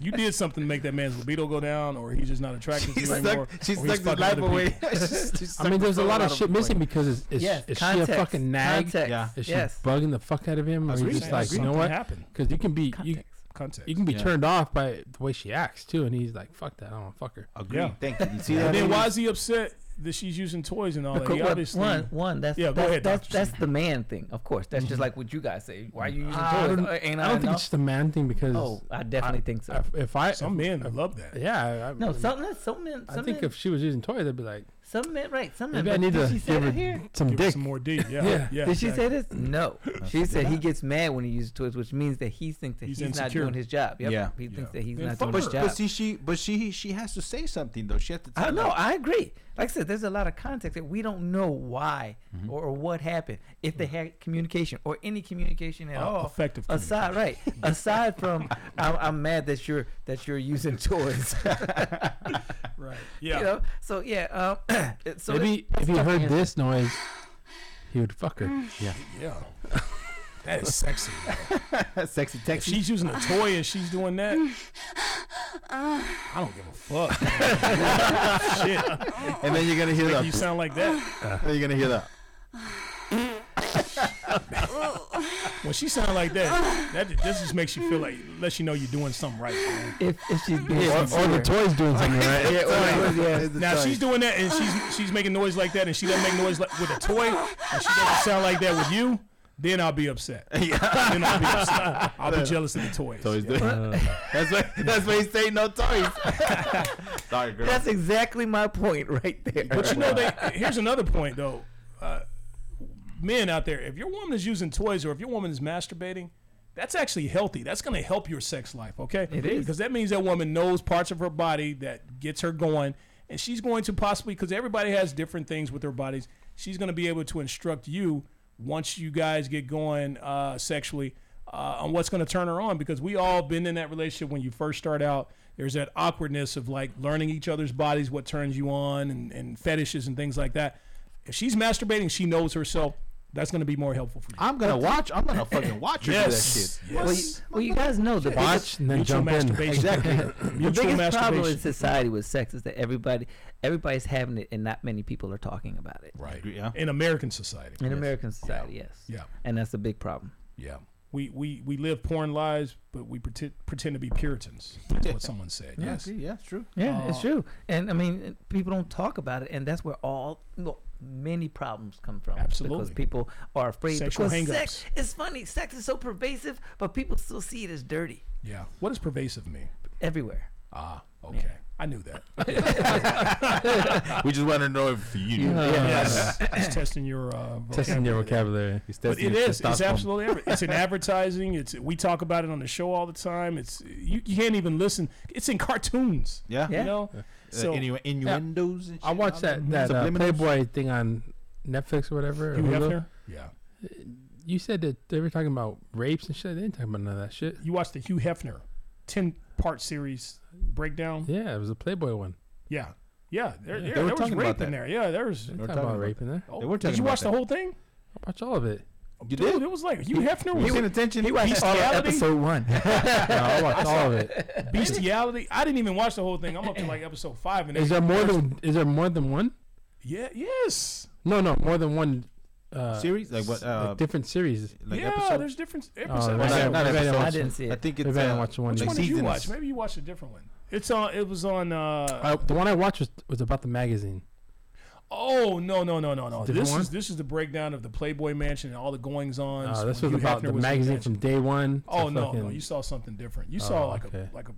You did something to make that man's libido go down, or he's just not attracted to She you anymore. stuck. She or he's stuck his fucking life other away. people. I mean, there's a lot of shit missing because it's, it's, yes, is context. she a fucking nag? Context. Yeah. Is she yes. bugging the fuck out of him, or That's he's what I'm just saying. like, you know Something what? Happened. Because you can be, you, Context. context. You can be Yeah. turned off by the way she acts too, and he's like, "Fuck that, I don't want to fuck her." Agree. Yeah. Thank you. You see and that? then lady? why is he upset that she's using toys and all that? Because He what- obviously, one, one, that's Yeah, go that's, ahead, that's, Dr. that's the man thing, of course. That's just like what you guys say. Why are you using Mm-hmm. I toys? don't, Uh, Ain't I I, don't think enough? it's the man thing because oh, I definitely think so. I- if I some men love that. yeah, I, no, I, some men, some men, I some think men, if she was using toys, I'd be like, some men, right? Some men. maybe I but need did to she say give that her here? some Give her dick. some more D. Yeah. Yeah. yeah Did she exactly. say this? No, she said he gets mad when he uses toys, which means that he thinks that He's he's, insecure. not doing his job. Yep. Yeah. he thinks Yeah. that he's Then not fuck doing his her. But, job. but see, she but she she has to say something though. She has to. Tell I know. like, I agree. Like I said, there's a lot of context that we don't know why or, or what happened. If they had communication or any communication at Uh, all, effective Aside, right? aside from, I'm, I'm mad that you're that you're using toys. Right. Yeah. You know. So yeah. Um, it- so maybe if he tough to heard answer. this noise, he would fuck her. Yeah, Yeah. That is sexy. sexy If Texas. she's using a toy and she's doing that. I don't give a fuck. Shit. and then you're gonna hear You that. sound like that. Then you're gonna hear that. When she sound like that, that this just makes you feel like lets you know you're doing something right. Man. if, if she's being or, or the sincere. toys doing something right. Yeah, right, yeah. Now if she's doing that and she's she's making noise like that and she doesn't make noise like with a toy and she doesn't sound like that with you, then I'll be upset. Then I'll be upset. I'll be jealous of the toys. toys. Dude. that's why. That's why he's saying no toys. Sorry, girl. That's exactly my point right there. But you know, they here's another point though. Uh, men out there, if your woman is using toys or if your woman is masturbating, that's actually healthy. That's going to help your sex life. Okay, It is. because that means that woman knows parts of her body that gets her going, and she's going to possibly because everybody has different things with their bodies. She's going to be able to instruct you once you guys get going uh, sexually. Uh, on what's going to turn her on because we all been in that relationship when you first start out there's that awkwardness of like learning each other's bodies what turns you on and, and fetishes and things like that if she's masturbating she knows herself that's going to be more helpful for you I'm gonna watch. I'm gonna fucking watch her Yes. do well, you, well, you guys know the biggest- Watch and then Mutual jump in. masturbation. Exactly. Mutual the biggest masturbation. problem in society with sex is that everybody everybody's having it and not many people are talking about it Right. Yeah. in American society. in American society. Yes. Yeah. And that's a big problem. Yeah. We, we, we live porn lives, but we pretend, pretend to be Puritans. That's what someone said. Yeah. Yes. see, yeah. It's true. Yeah, it's true. And I mean, people don't talk about it, and that's where all well, many problems come from. because Absolutely. people are afraid. Sexual because sex is funny. Sex is so pervasive, but people still see it as dirty Yeah. What does pervasive mean? everywhere. Ah, okay. I knew that. We just want to know if you. knew. yes. It's testing your uh, Testing your vocabulary. He's But testing it your is. It's testosterone. absolutely. Every, it's in advertising. It's we talk about it on the show all the time. It's you, you can't even listen. It's in cartoons. Yeah. Yeah. You know. So So innu- innuendos. And shit, I watched that That's that uh, subliminals. Playboy thing on Netflix or whatever. or Hugh Hulu. Hefner. Yeah. You said that they were talking about rapes and shit. They didn't talk about none of that shit. You watched the Hugh Hefner ten part series breakdown. Yeah, it was a Playboy one. Yeah. Yeah. There, there, They there were was talking about rape in that. there. Yeah. There was. They were talking talking about about rape in there. Oh, They were did talking you about watch the that. whole thing? I watched all of it. You Dude, did. it was like Hugh Hefner You was paying attention? he was- Bestiality? one. No, I watched all of it. bestiality. I didn't even watch the whole thing. I'm up to like episode five, and Is they- there more than is there more than one? yeah, yes, No, no, more than one uh, series like what? like Uh, different series. like yeah. episodes? There's different Oh, episodes. right. Which Not- not episode. episode. I didn't see I it. think it's. Maybe I uh, didn't watch the one. like that- one did you seasons. watch? Maybe you watched a different one. It's on. It was on. uh I, the one I watched was, was about the magazine. Oh no no no no no! Different This one? is this is the breakdown of the Playboy Mansion and all the goings on. Uh, this was about the magazine from day one. to Oh no no! fucking- Oh, You saw something different. You saw like okay. a like a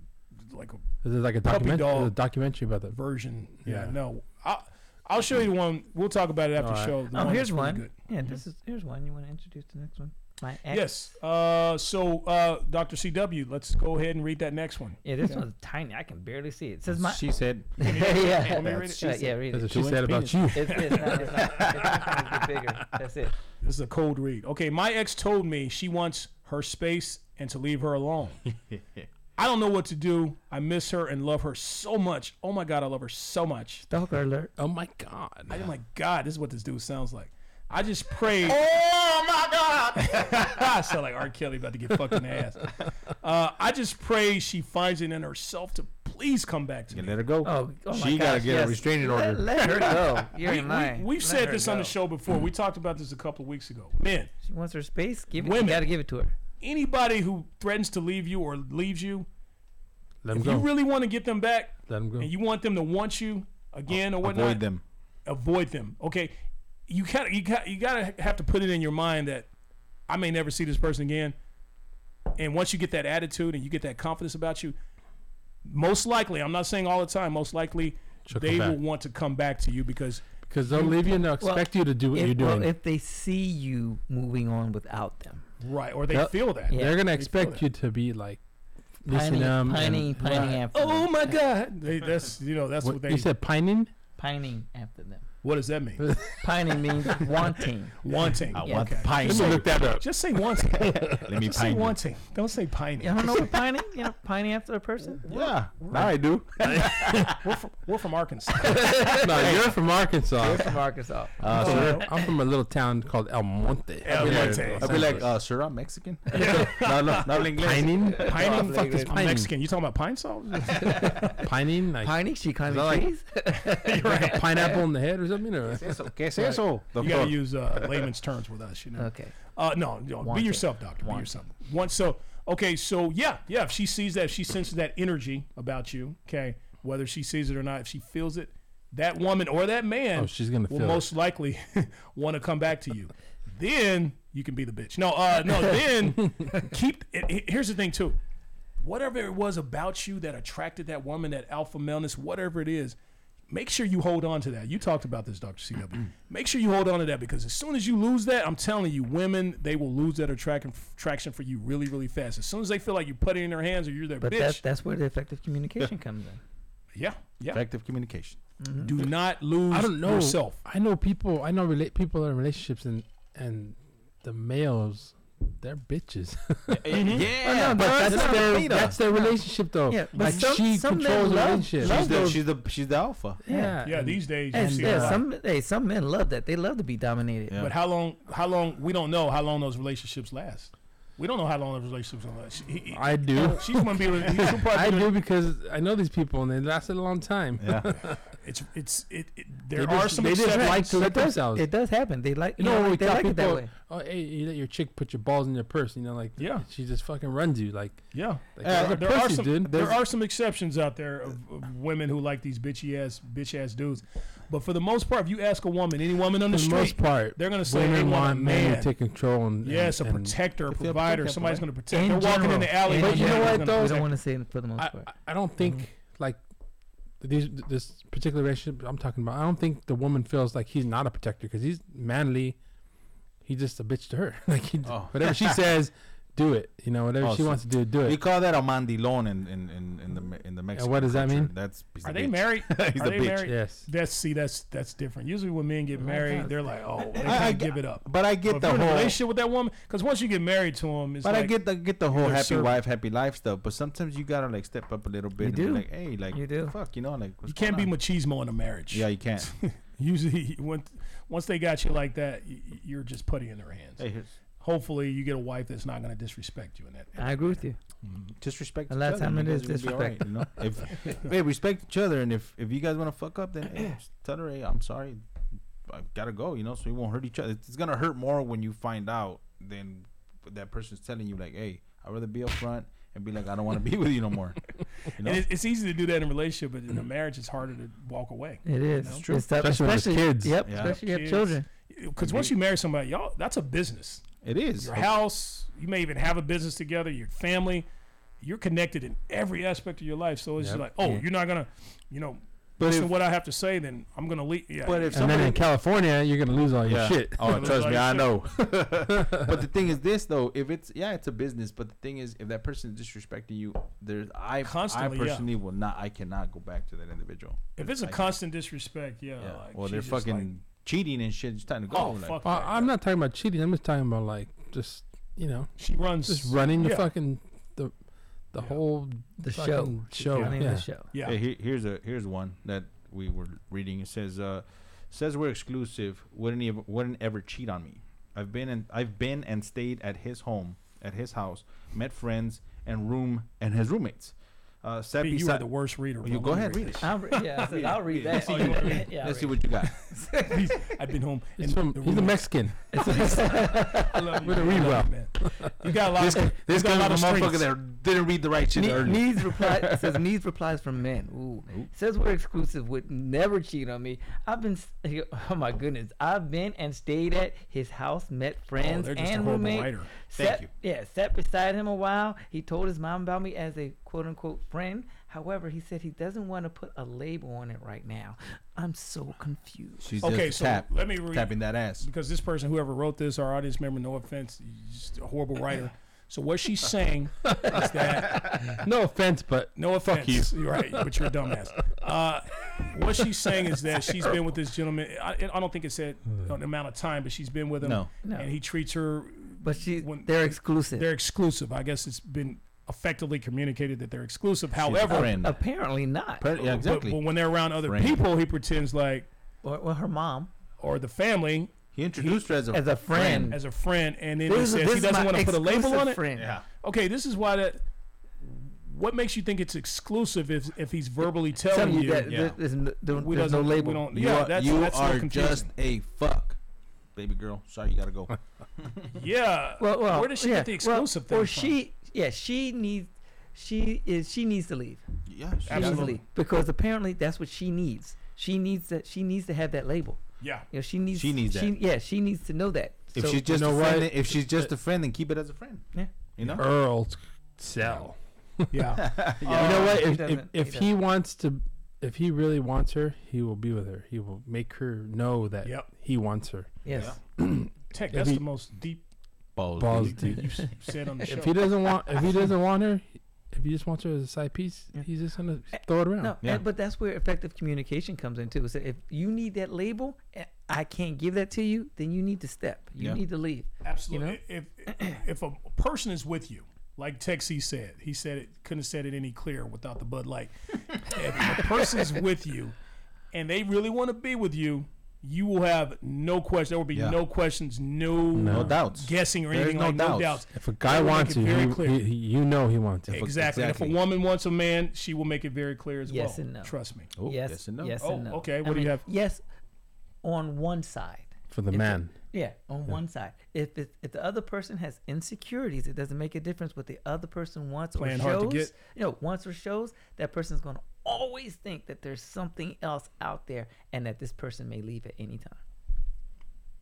like a This is like a Puppy documentary. Dog. A documentary about the. version. Yeah, Yeah. no. I I'll show you the one. We'll talk about it after the Alright. show. The Oh, here's that's pretty one. Yeah, this is here's one. You want to introduce the next one? My ex. Yes. Uh, so uh, Dr. CW, let's go ahead and read that next one. Yeah, this one's tiny. I can barely see it. It says my. She said. yeah. me to read it? Uh, yeah, read it. That's what she Two-inch said about penis. you. It's, it's not, it's not, it's not gonna get bigger. That's it. This is a cold read. Okay, my ex told me she wants her space and to leave her alone. I don't know what to do. I miss her and love her so much. Oh my god, I love her so much. Stalker alert. Oh my god. I'm like, God, this is what this dude sounds like. I just prayed. Oh my God! I sound like R. Kelly about to get fucked in the ass. Uh, I just pray she finds it in herself to please come back to You me. let her go. Oh, oh my She gotta gosh, get a yes. restraining Let- order. Let, her go. You're We, mine. have Let said her this on the go. show before. We talked about this a couple of weeks ago. Men, She wants her space. Give it. Women. You gotta give it to her. anybody who threatens to leave you or leaves you, Let him if go. you really want to get them back Let him go. and you want them to want you again or whatnot, Avoid them. avoid them. Okay, you got you got you gotta have to put it in your mind that I may never see this person again. And once you get that attitude and you get that confidence about you, most likely, I'm not saying all the time, most likely She'll come they back. will want to come back to you because Because they'll leave you and they'll expect you to do what if, you're doing. Well, if they see you moving on without them, right or they Yep. feel that. Yeah. They're gonna they feel expect that. you to be like pining, listen um pining, and- pining Right. after Oh them, my God! They, that's you know that's what, What, they. you said pining? pining after them. What does that mean? Pining means wanting. Wanting. I Yeah, want okay. pine. Let me look that up. Just say wanting. Let me Just say pine. you. wanting. Don't say pining. You don't know what pining? You know, pining after a person. Yeah, now I do. We're from, we're from Arkansas. no, you're from Arkansas. You're from Arkansas. Uh, so Oh. we're- I'm from a little town called El Monte. El Yeah. Monte. Los I'll be like, Angeles. uh, sir, I'm Mexican. no, no, not in English. pining. Pining. fuck is I'm pining? Mexican. You talking about pine salt? Pining like, Pining, she climbing that like- trees. like a pineapple on the head or something. Or ¿Qué es eso? You gotta use uh, layman's terms with us, you know. okay. Uh, no, no be Want it. yourself, doctor. Be Want it. yourself. Once, so okay, so yeah, yeah. If she sees that, if she senses that energy about you. Okay, whether she sees it or not, if she feels it, that woman or that man Oh, she's gonna will feel it. most likely want to come back to you. then you can be the bitch. No, uh, no. Then keep. It, it- here's the thing too. Whatever it was about you that attracted that woman, that alpha maleness, whatever it is, make sure you hold on to that. You talked about this, Dr. Mm-hmm. CW. make sure you hold on to that because as soon as you lose that, I'm telling you, women, they will lose that attraction, traction for you really, really fast. As soon as they feel like you put it in their hands or you're their But bitch. that, that's where the effective communication comes in. yeah, yeah. effective communication. Do not lose I don't know. yourself. I know people. I know relate people that are in relationships and and the males, they're bitches. Oh, Yeah, no, but that's, their that's their relationship though. Yeah, but like some- she some men controls the love- relationship. love she's, the, those- she's the she's the alpha. yeah, Yeah, and- these days you And see a yeah, lot. some hey, some men love that. They love to be dominated. Yeah. But how long? How long? We don't know how long those relationships last. We don't know how long those relationships will last. She- he- he- I do. she's gonna be. with- She'll I probably be do because I know these people and they lasted a long time. Yeah, It's it's it. it They there are just- some they just exceptions. like to But lick does- themselves. it does happen. They like You you know, know, we they tell like it that people, way. oh, hey, you let your chick put your balls in your purse, you know, like, Yeah. she just fucking runs you, like, yeah. like Uh, those are there are pussies, some dude. there are some exceptions out there of, of women who like these bitchy ass bitch ass dudes, but for the most part, if you ask a woman, any woman on the for the street, most part, they're gonna say they women want a want men man. to take control and yes, a and, and protector, a If they're provider, protective, somebody's right? going to protect. In They're walking in general. the alley. In But you know somebody's what, gonna though? We protect. don't want to say it for the most I, part. I- I don't think like these this particular relationship I'm talking about. I don't think the woman feels like he's not a protector because he's manly. He's just a bitch to her. like he, Oh. whatever she says, do it. You know, whatever Oh, she so wants to do, do we it. call that a mandilon in in in, in the Me- in the Mexican. what does that culture. mean? That's he's Are the they bitch. married? He's Are the they bitch. married? Yes. That's see, that's that's different. Usually, when men get married, they're like, oh, they I- I can't get- give it up. But I get But if you're in the a whole. relationship with that woman, because once you get married to him, it's But like, I get the get the whole they're happy serving- wife, happy life stuff. But sometimes you gotta like step up a little bit. You and be do. like, hey, like You do. Fuck, you know, like you what's can't be going on? machismo in a marriage. Yeah, you can't. Usually, when, once they got you like that, y- y- you're just putty in their hands. hey, here's, Hopefully, you get a wife that's not going to disrespect you in that. I agree with you. disrespect. A each lot of other, time you it guys is will be all right, you know, if hey, respect each other, and if if you guys want to fuck up, then hey, just tell her, hey, I'm sorry, I gotta go. You know, so you won't hurt each other. It's it's gonna hurt more when you find out than that person's telling you, like, hey, I'd rather be up front and be like, I don't want to be with you no Mm-hmm. more. You know, And it, it's easy to do that in a relationship, but in a marriage, it's harder to walk away. It is. It's true. tough, Especially when there's kids. Yep. Yeah. Especially if you Kids. have children. Because once you marry somebody, y'all, that's a business. it is. Your house, you may even have a business together, your family. You're connected in every aspect of your life, so it's just Yep. like, oh, Yeah. you're not gonna, you know, But listen if- to what I have to say, then I'm gonna leave. Yeah, But if And then somebody in California, you're gonna lose all your Yeah. shit. Oh, Looks trust like me, I shit. know. but the thing is this though, if it's yeah, it's a business, but the thing is if that person is disrespecting you, there's I Constantly, I yeah. personally will not I cannot go back to that individual. if it's a like- constant disrespect, yeah, Yeah. Oh, like, well, she's they're just fucking like, cheating and shit, just trying to go. oh like, fuck, Uh, that. I'm not talking about cheating. I'm just talking about like just you know She runs, just running the yeah. fucking the the Yeah. whole The show. fucking show. I Yeah. mean, the show. yeah, Hey, here, here's a here's one that we were reading. It says uh says we're exclusive, wouldn't he wouldn't ever cheat on me. I've been and I've been and stayed at his home, at his house, met friends and room and his roommates. Uh, sat Pete, you beside- are the worst reader. You bro. go Let me ahead, read this. I'll, re- yeah, I said, I'll read that. Oh, you want to read yeah, I'll Let's see read what you got. I've been home. He's and from the he's a room- Mexican. I love you, We're gonna man. read I love well. you, man. You got a lot This, of this you got a guy lot of was a motherfucker strengths. that didn't read the right shit Ne- earlier. needs reply it says needs replies from men. Ooh. Ooh. Says we're exclusive would never cheat on me. I've been s- oh my goodness. I've been and stayed at his house, met friends Oh, they're just a and horrible roommate. writer. Sat, you. Yeah, sat beside him a while. He told his mom about me as a quote unquote friend. However, he said he doesn't want to put a label on it right now. I'm so confused. She's Okay, just so tap, let me read- tapping that ass. because this person, whoever wrote this, our audience member, no offense, he's just a horrible writer. So what she's saying is that No offense, but no offense, you. are right, but you're a dumbass. Uh, what she's saying is that she's been with this gentleman. I, I don't think it said an amount of time, but she's been with him, No. No. and he treats her. But she When- they're exclusive. They're exclusive. I guess it's been effectively communicated that they're exclusive. However, friend. Apparently not. Pre- yeah, but- exactly. but, when they're around other Friend. people, he pretends like Or, well, her mom or the family he introduced her as a, as a friend. as a friend, and then This is- he this says he is doesn't my want to put a label exclusive on it. friend. Yeah. Okay, this is why that. What makes you think it's exclusive if if he's verbally Tell telling you you? that yeah. there- there's, no, there- We there's no doesn't- we label. don't- You Yeah, are, that's- you that's so are confusing. just a fuck, baby girl. Sorry, you gotta go. yeah. Well, well, where does she yeah, get the exclusive well, thing? Or from? she, yeah, she needs, she is, she needs to leave. yeah, she- She needs to Absolutely. leave, because apparently that's what she needs. She needs that. She needs to have that label. Yeah. You know, she needs. She needs that. Yeah, she needs to know that. If so, she's just know a friend, what? if she's just a friend, then keep it as a friend. Yeah. You know. Earl sell. Yeah. you know what? he If, if, doesn't- if he he wants to, if he really wants her, he will be with her. He will make her know that Yep. he wants her. yes, Tech, If that's he- the most deep Balls. Oh, Balls thing deep. you've s- said on the show. If he doesn't want, if he doesn't want her, if he just wants her as a side piece, Yeah. he's just gonna Eh, throw it around. no, Yeah. and- but that's where effective communication comes in too. So if you need that label, and I can't give that to you, then you need to step. You Yeah. need to leave. Absolutely. If if a person is with you, like Texie said, he said it couldn't have said it any clearer without the Bud Light. if a person's with you, and they really want to be with you, you will have no question. There will be Yeah. no questions, no, No doubts. guessing or There's anything no like no doubts. doubts. If a guy They will make wants it you, very he, clear. he, you know he wants you. exactly. And if a exactly. woman wants a man, she will make it very clear as Yes well. and no. Trust me. Oh, yes, yes and no. yes, Oh, and no. okay, I what do you mean, have? Yes, on one side. For the If it- man. Yeah, on one side. If it, if the other person has insecurities, it doesn't make a difference what the other person wants Playing or hard shows. to get. You know, wants or shows that person's going to always think that there's something else out there, and that this person may leave at any time.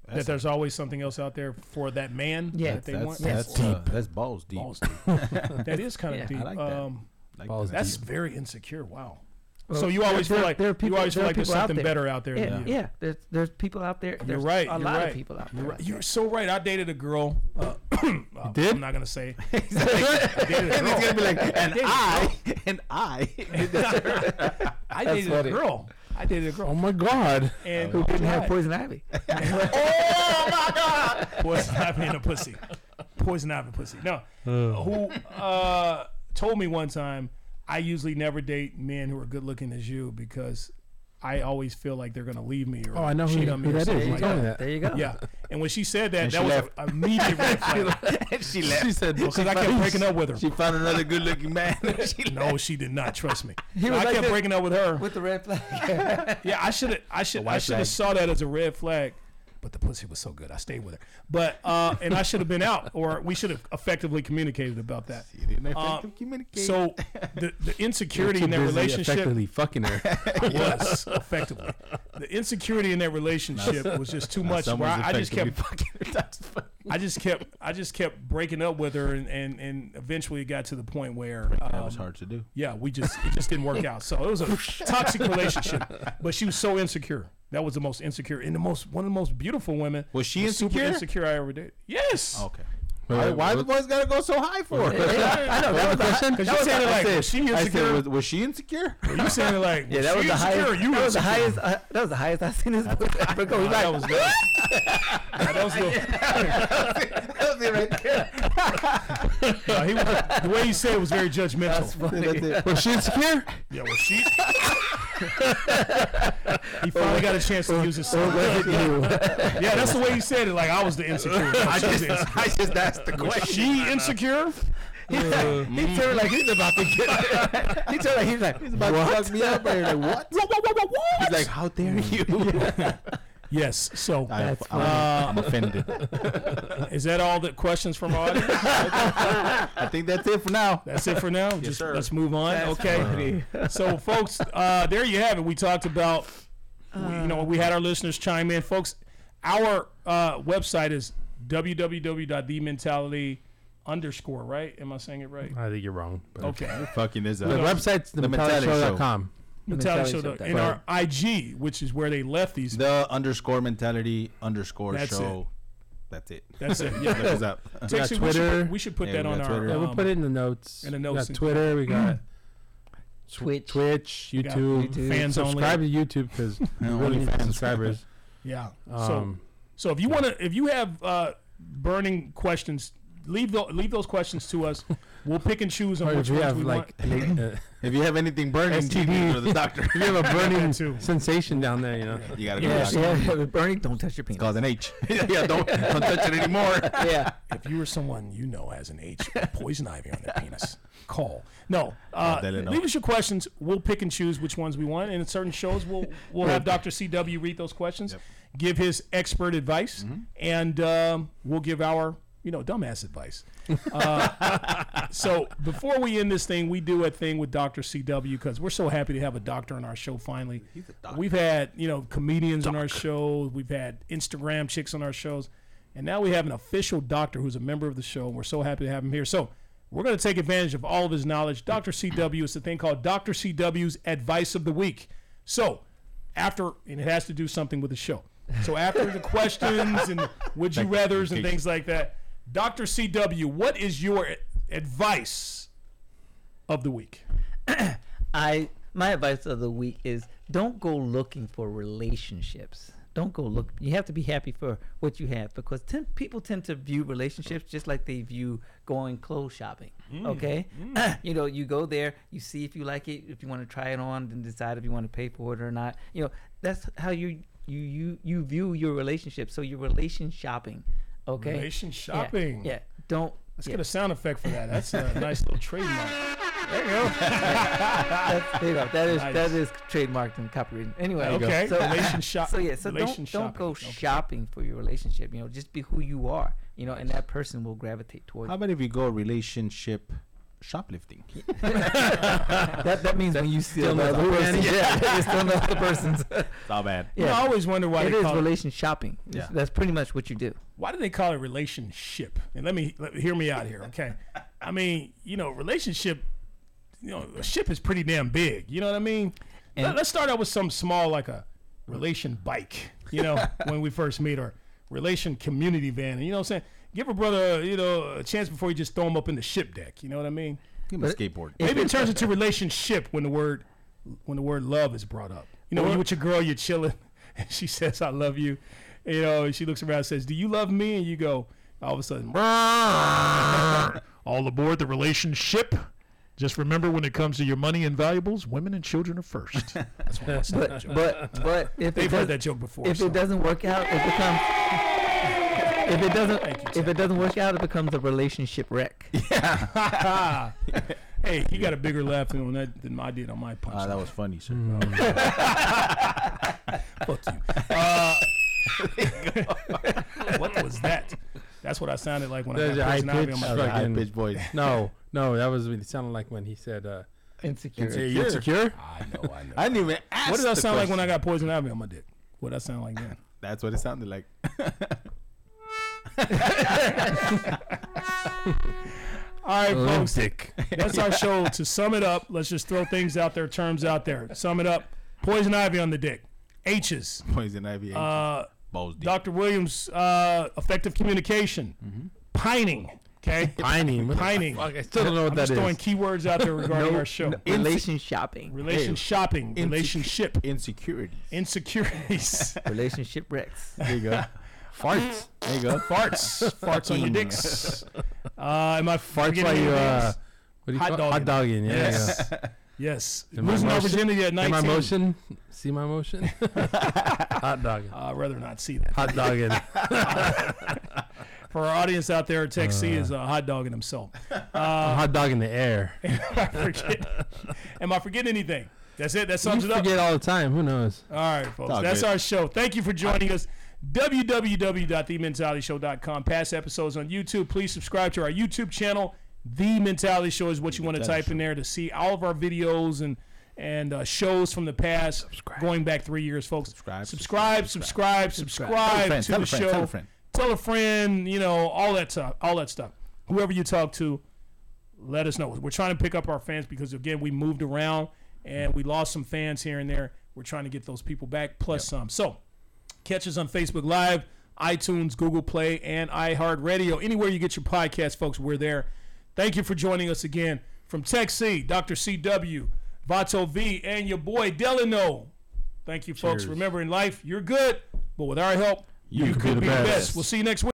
that there's always something else out there for that man Yeah. that they that's want. that's, Yes. uh, that's balls deep. Balls deep. that is kind of Yeah. I deep. like that. Um, Like Balls that. That's very insecure. Wow. Well, so you always there- feel like there are you people- always feel there are like there's people out something there. better out there Yeah, than you. yeah. There's there's people out there. There's You're right. A you're lot right. of people out there. You're, right. you're so right. I dated a girl. Uh, uh, did? I'm not gonna say. I dated a and it's gonna girl. be like, and Dated a I, and I. I dated a funny. girl. I dated a Oh girl. my God! And Who didn't have God, poison ivy? Oh poison ivy in a pussy. Poison ivy pussy. No. Who uh, told me one time? I usually never date men who are good looking as you because I always feel like they're gonna leave me or Oh, I know who, cheat you- on me who or that is. something You like told me that. that. There you go. Yeah. And when she said that, And that she was a- a immediate red flag. and she left. She said, Because I kept breaking up with her. She found another good-looking man. she no, she did not trust me. He So was I like kept this. breaking up with her. With the red flag. Yeah, I should have. I should. I white should have saw that as a red flag. But the pussy was so good, I stayed with her. But uh, and I should have been out, or we should have effectively communicated about that. didn't Uh, effectively communicate. So the the You're insecurity in too that busy relationship effectively fucking her. was effectively the insecurity in that relationship was just too Now much. Where someone's I, I just effectively kept fucking. That's funny. I just kept I just kept breaking up with her, and and, and eventually it got to the point where That um, was hard to do. yeah, we just it just didn't work out. So it was a toxic relationship. But she was so insecure. That was the most insecure and the most one of the most beautiful women. Was she was Super insecure? Oh, insecure I ever did. Yes. Okay. Wait, Why, wait, why what- the boys gotta go so high for? Yeah, I know that was the high, Because you saying it like was she I said, insecure. was, was she insecure? you saying it like yeah, that was she the insecure. highest. You that was the insecure. highest. Uh, that was the highest I've seen this book ever go. He's That like, was good. that was good. That's it right there. No, he was, the way he said it was very judgmental. That's it. Was she insecure? Yeah, well, she. he finally got a chance to use his. Or son. was it you? Yeah, that's the way he said it. Like I was the insecure. I just insecure. I just asked the question. Mm-hmm. She insecure? he turned like he's about to get. he turned like he's like. He's about to fuck me up, and you're like, what? Whoa, whoa, whoa, whoa, whoa. He's like, how dare you? Yes. So I, That's am offended. is that all the questions from our audience? I think that's it for now. That's it for now. Just sir. let's move on. That's okay. so folks, uh, there you have it. We talked about we- you know, we had our listeners chime in. Folks, our uh, website is www.thementality underscore, right? Am I saying it right? I think you're wrong. But Okay. Fucking this The up. website's themetallyshow.com. Mentality Show. Mentality Show. And our IG, which is where they left these. The underscore mentality underscore That's show. That's it. That's it. Yeah. Look us up. Texas, we should- We Twitter. should, put Yeah, that we on got our. Twitter. Yeah, we'll um, put it in the notes. in the We notes. got Twitter. We got tw- Twitch. Twitch, We got YouTube. YouTube. Fans only. subscribe to YouTube because we No, really need OnlyFans. subscribers. Yeah. so Um, So if you want to, if you have uh, burning questions, leave tho- leave those questions to us. We'll pick and choose on or which if you ones have we like, want. an, uh, If you have anything burning, STD. go to the doctor. if you have a burning too. sensation down there, you know. You gotta go Yeah, to the doctor. yeah, yeah. Bernie, don't touch your It's penis. called an H. yeah, don't, don't touch it anymore. yeah. If you or someone you know has an H with poison ivy on their penis, call. No, uh, they didn't know. leave us your questions. We'll pick and choose which ones we want, and in certain shows we'll we'll have Dr. CW read those questions, Yep. Mm-hmm. give his expert advice, and um, we'll give our you know dumbass advice. so before we end this thing, we do a thing with Dr. CW because we're so happy to have a doctor on our show finally. We've had, you know, comedians on our shows, we've had Instagram chicks on our shows, and now we have an official doctor who's a member of the show. And we're so happy to have him here. So we're going to take advantage of all of his knowledge. Dr. CW is a thing called Dr. CW's Advice of the Week. So after, and it has to do something with the show. So after the questions and would you rathers and things like that, Dr. CW, what is your a- advice of the week? I my advice of the week is don't go looking for relationships. Don't go look. You have to be happy for what you have because ten, people tend to view relationships just like they view going clothes shopping. Mm, okay, you know, you go there, you see if you like it, if you want to try it on, then decide if you want to pay for it or not. You know, that's how you you you you view your relationship. So you're relation shopping. Okay, Relation Yeah, shopping. Yeah, don't. Let's yeah. get a sound effect for that. That's a nice little trademark. That's, there you go. That is Nice. that is trademarked and copyrighted. Anyway, Okay. So, relation shop. so yeah, so relation don't don't go shopping. Okay. shopping for your relationship. You know, just be who you are. You know, and that person will gravitate towards. How about if you go relationship shoplifting? you. That that means when you steal still another not the person. Yeah, you still another person's. It's all bad. You know, I Yeah, always wonder why it they is call it, relation shopping. It's- Yeah. That's pretty much what you do. why do they call it relationship? And let me let, hear me out here, okay? I mean, you know, relationship. You know, a ship is pretty damn big. You know what I mean? Let- And- let's start out with some small, like a relation bike. You know, when we first meet, or relation community van. You know what I'm saying? Give a brother, you know, a chance before you just throw him up in the ship deck. You know what I mean? Give me a skateboard. Maybe it turns into relationship when the word when the word love is brought up. You know, when you with your girl, you're chilling, and she says, "I love you." You know, and she looks around, and says, "Do you love me?" And you go, all of a sudden, All aboard the relationship. Just remember when it comes to your money and valuables, women and children are first. But but but if they've it heard does, that joke before. if so- it doesn't work out, it becomes. If it Thank you, doesn't, if Chad. it doesn't work out, it becomes a relationship wreck. Ah. hey, you got a bigger laugh than on that than I did on my punch. Ah, that was funny, sir. Fuck you. Uh, what was that? That's what I sounded like when There's I your had high personality on pitch. my That was a high pitched voice. No, no, that was what it sounded like when he said, uh, Insecure. "Hey, you insecure? I know, I know. I didn't even ask. What did I the sound like when I question. got poison ivy on my dick? What did I sound like then? That's what it sounded like. All right, folks. Dick. That's our show. To sum it up, let's just throw things out there, terms out there. Sum it up. Poison ivy on the dick. H's. Poison ivy. Uh, balls deep. Dr. Williams, uh, effective communication. Pining. Okay. Mm-hmm. Pining. What the Pining. fuck? I still don't know what I'm that just is. throwing keywords out there regarding our show. Relation shopping. Relation Hey. shopping, relationship, Insecurities. insecurities, Relationship wrecks. there you go. Farts. There you go. farts, farts on your dicks. Uh, am I Farts forgetting while you, anything uh, else? what do you Hot call dogging. Hot dogging, yeah. yeah. Yes. Yes. my Losing our motion- virginity at See 19. my motion? See my motion? Hot dogging. I'd Uh, rather not see that. Hot dogging. For our audience out there, Tech C is uh, hot dogging himself. hot dog in the air. Forget- Am I forgetting anything? That's it. That You sums it up. forget all the time. Who knows? All right, folks. all That's good. our show. Thank you for joining us. www.thementalityshow.com. Past episodes on YouTube. Please subscribe to our YouTube channel. The Mentality Show is what you want to Mentality type in there to see all of our videos and and uh, shows from the past, going back three years, folks. Subscribe, subscribe, subscribe, subscribe, Tell to the a friend, tell a friend, show. tell a friend. Tell a friend, You know all that stuff. All that stuff. Whoever you talk to, let us know. We're trying to pick up our fans because again, we moved around and we lost some fans here and there. We're trying to get those people back plus some. So catch us on Facebook Live, iTunes, Google Play, and iHeartRadio. Anywhere you get your podcast, folks, we're there. Thank you for joining us again from Tech C, Dr. CW, Vato V, and your boy Delano. Thank you, folks. Remember, in life, you're good, but with our help, you, could, be, the best. We'll see you next week.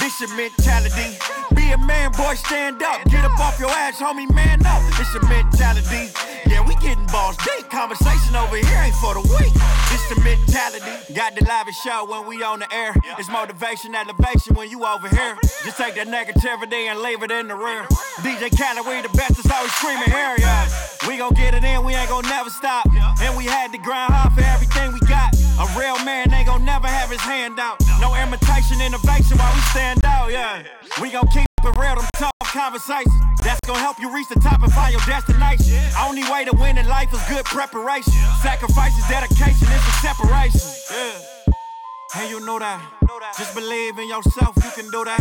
This your mentality. Be a man, boy, stand up. Get up off your ass, homie, man up. This your mentality. Yeah, we getting balls deep. Conversation over here ain't for the weak. This the mentality. Got the live show when we on the air. It's motivation, elevation when you over here. Just take that negativity and leave it in the rear. DJ Khaled, we the best. It's always screaming area. We gon' get it in. We ain't gon' never stop. And we had to grind hard for everything we got. A real man ain't gon' never have his hand out. No imitation, innovation while we stand out, yeah. We gon' keep it real, them tough conversations. That's gon' help you reach the top and find your destination. Only way to win in life is good preparation. Sacrifices, dedication, it's a separation. Yeah. Hey, you know that. Just believe in yourself, you can do that.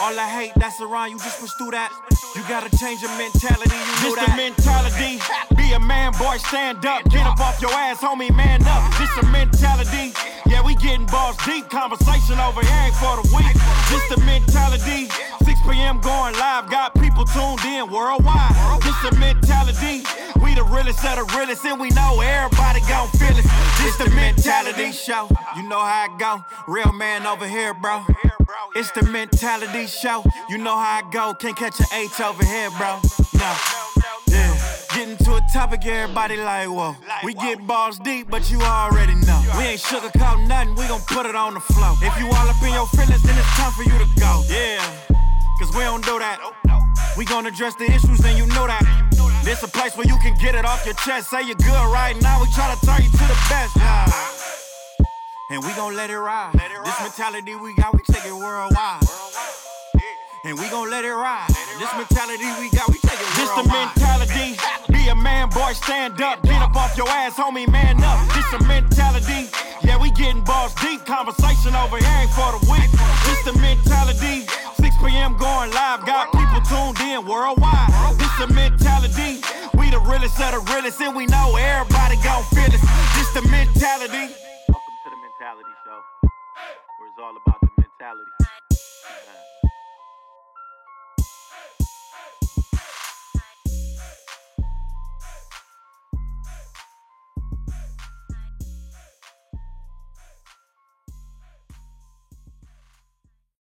All the hate that's around you, just push through that. You gotta change your mentality, you know that. mentality. Be a man, boy, stand up. Get up off your ass, homie, man up. This the mentality. Yeah, we getting balls deep. Conversation over here ain't for the weak. This the mentality. 6 p.m. going live. Got people tuned in worldwide. This the mentality. We the realest of the realest, and we know everybody gon' feel it. This the mentality show. You know how it go. Real man over here, bro. It's the mentality show. You know how I go. Can't catch an H over here, bro. No. Yeah. Getting to a topic, everybody like, whoa. We get balls deep, but you already know. We ain't sugarcoat nothing, we gon' put it on the flow. If you all up in your feelings, then it's time for you to go. Yeah. Cause we don't do that. We gon' address the issues, and you know that. This a place where you can get it off your chest. Say you're good right now, we try to turn you to the best. Yeah. And we gon' let it ride. this mentality we got, we take it worldwide. And we gon' let it ride. this mentality we got, we take it this worldwide. This the mentality. Be a man, boy, stand up. Get up off your ass, homie, man up. This the mentality. Yeah, we getting balls deep. Conversation over here ain't for the weak. This the mentality. 6 p.m. going live. Got people tuned in worldwide. This the mentality. We the realest of the realest, and we know everybody gon' feel us. This the mentality. Welcome to the Mentality Show, where it's all about the mentality. Uh-huh.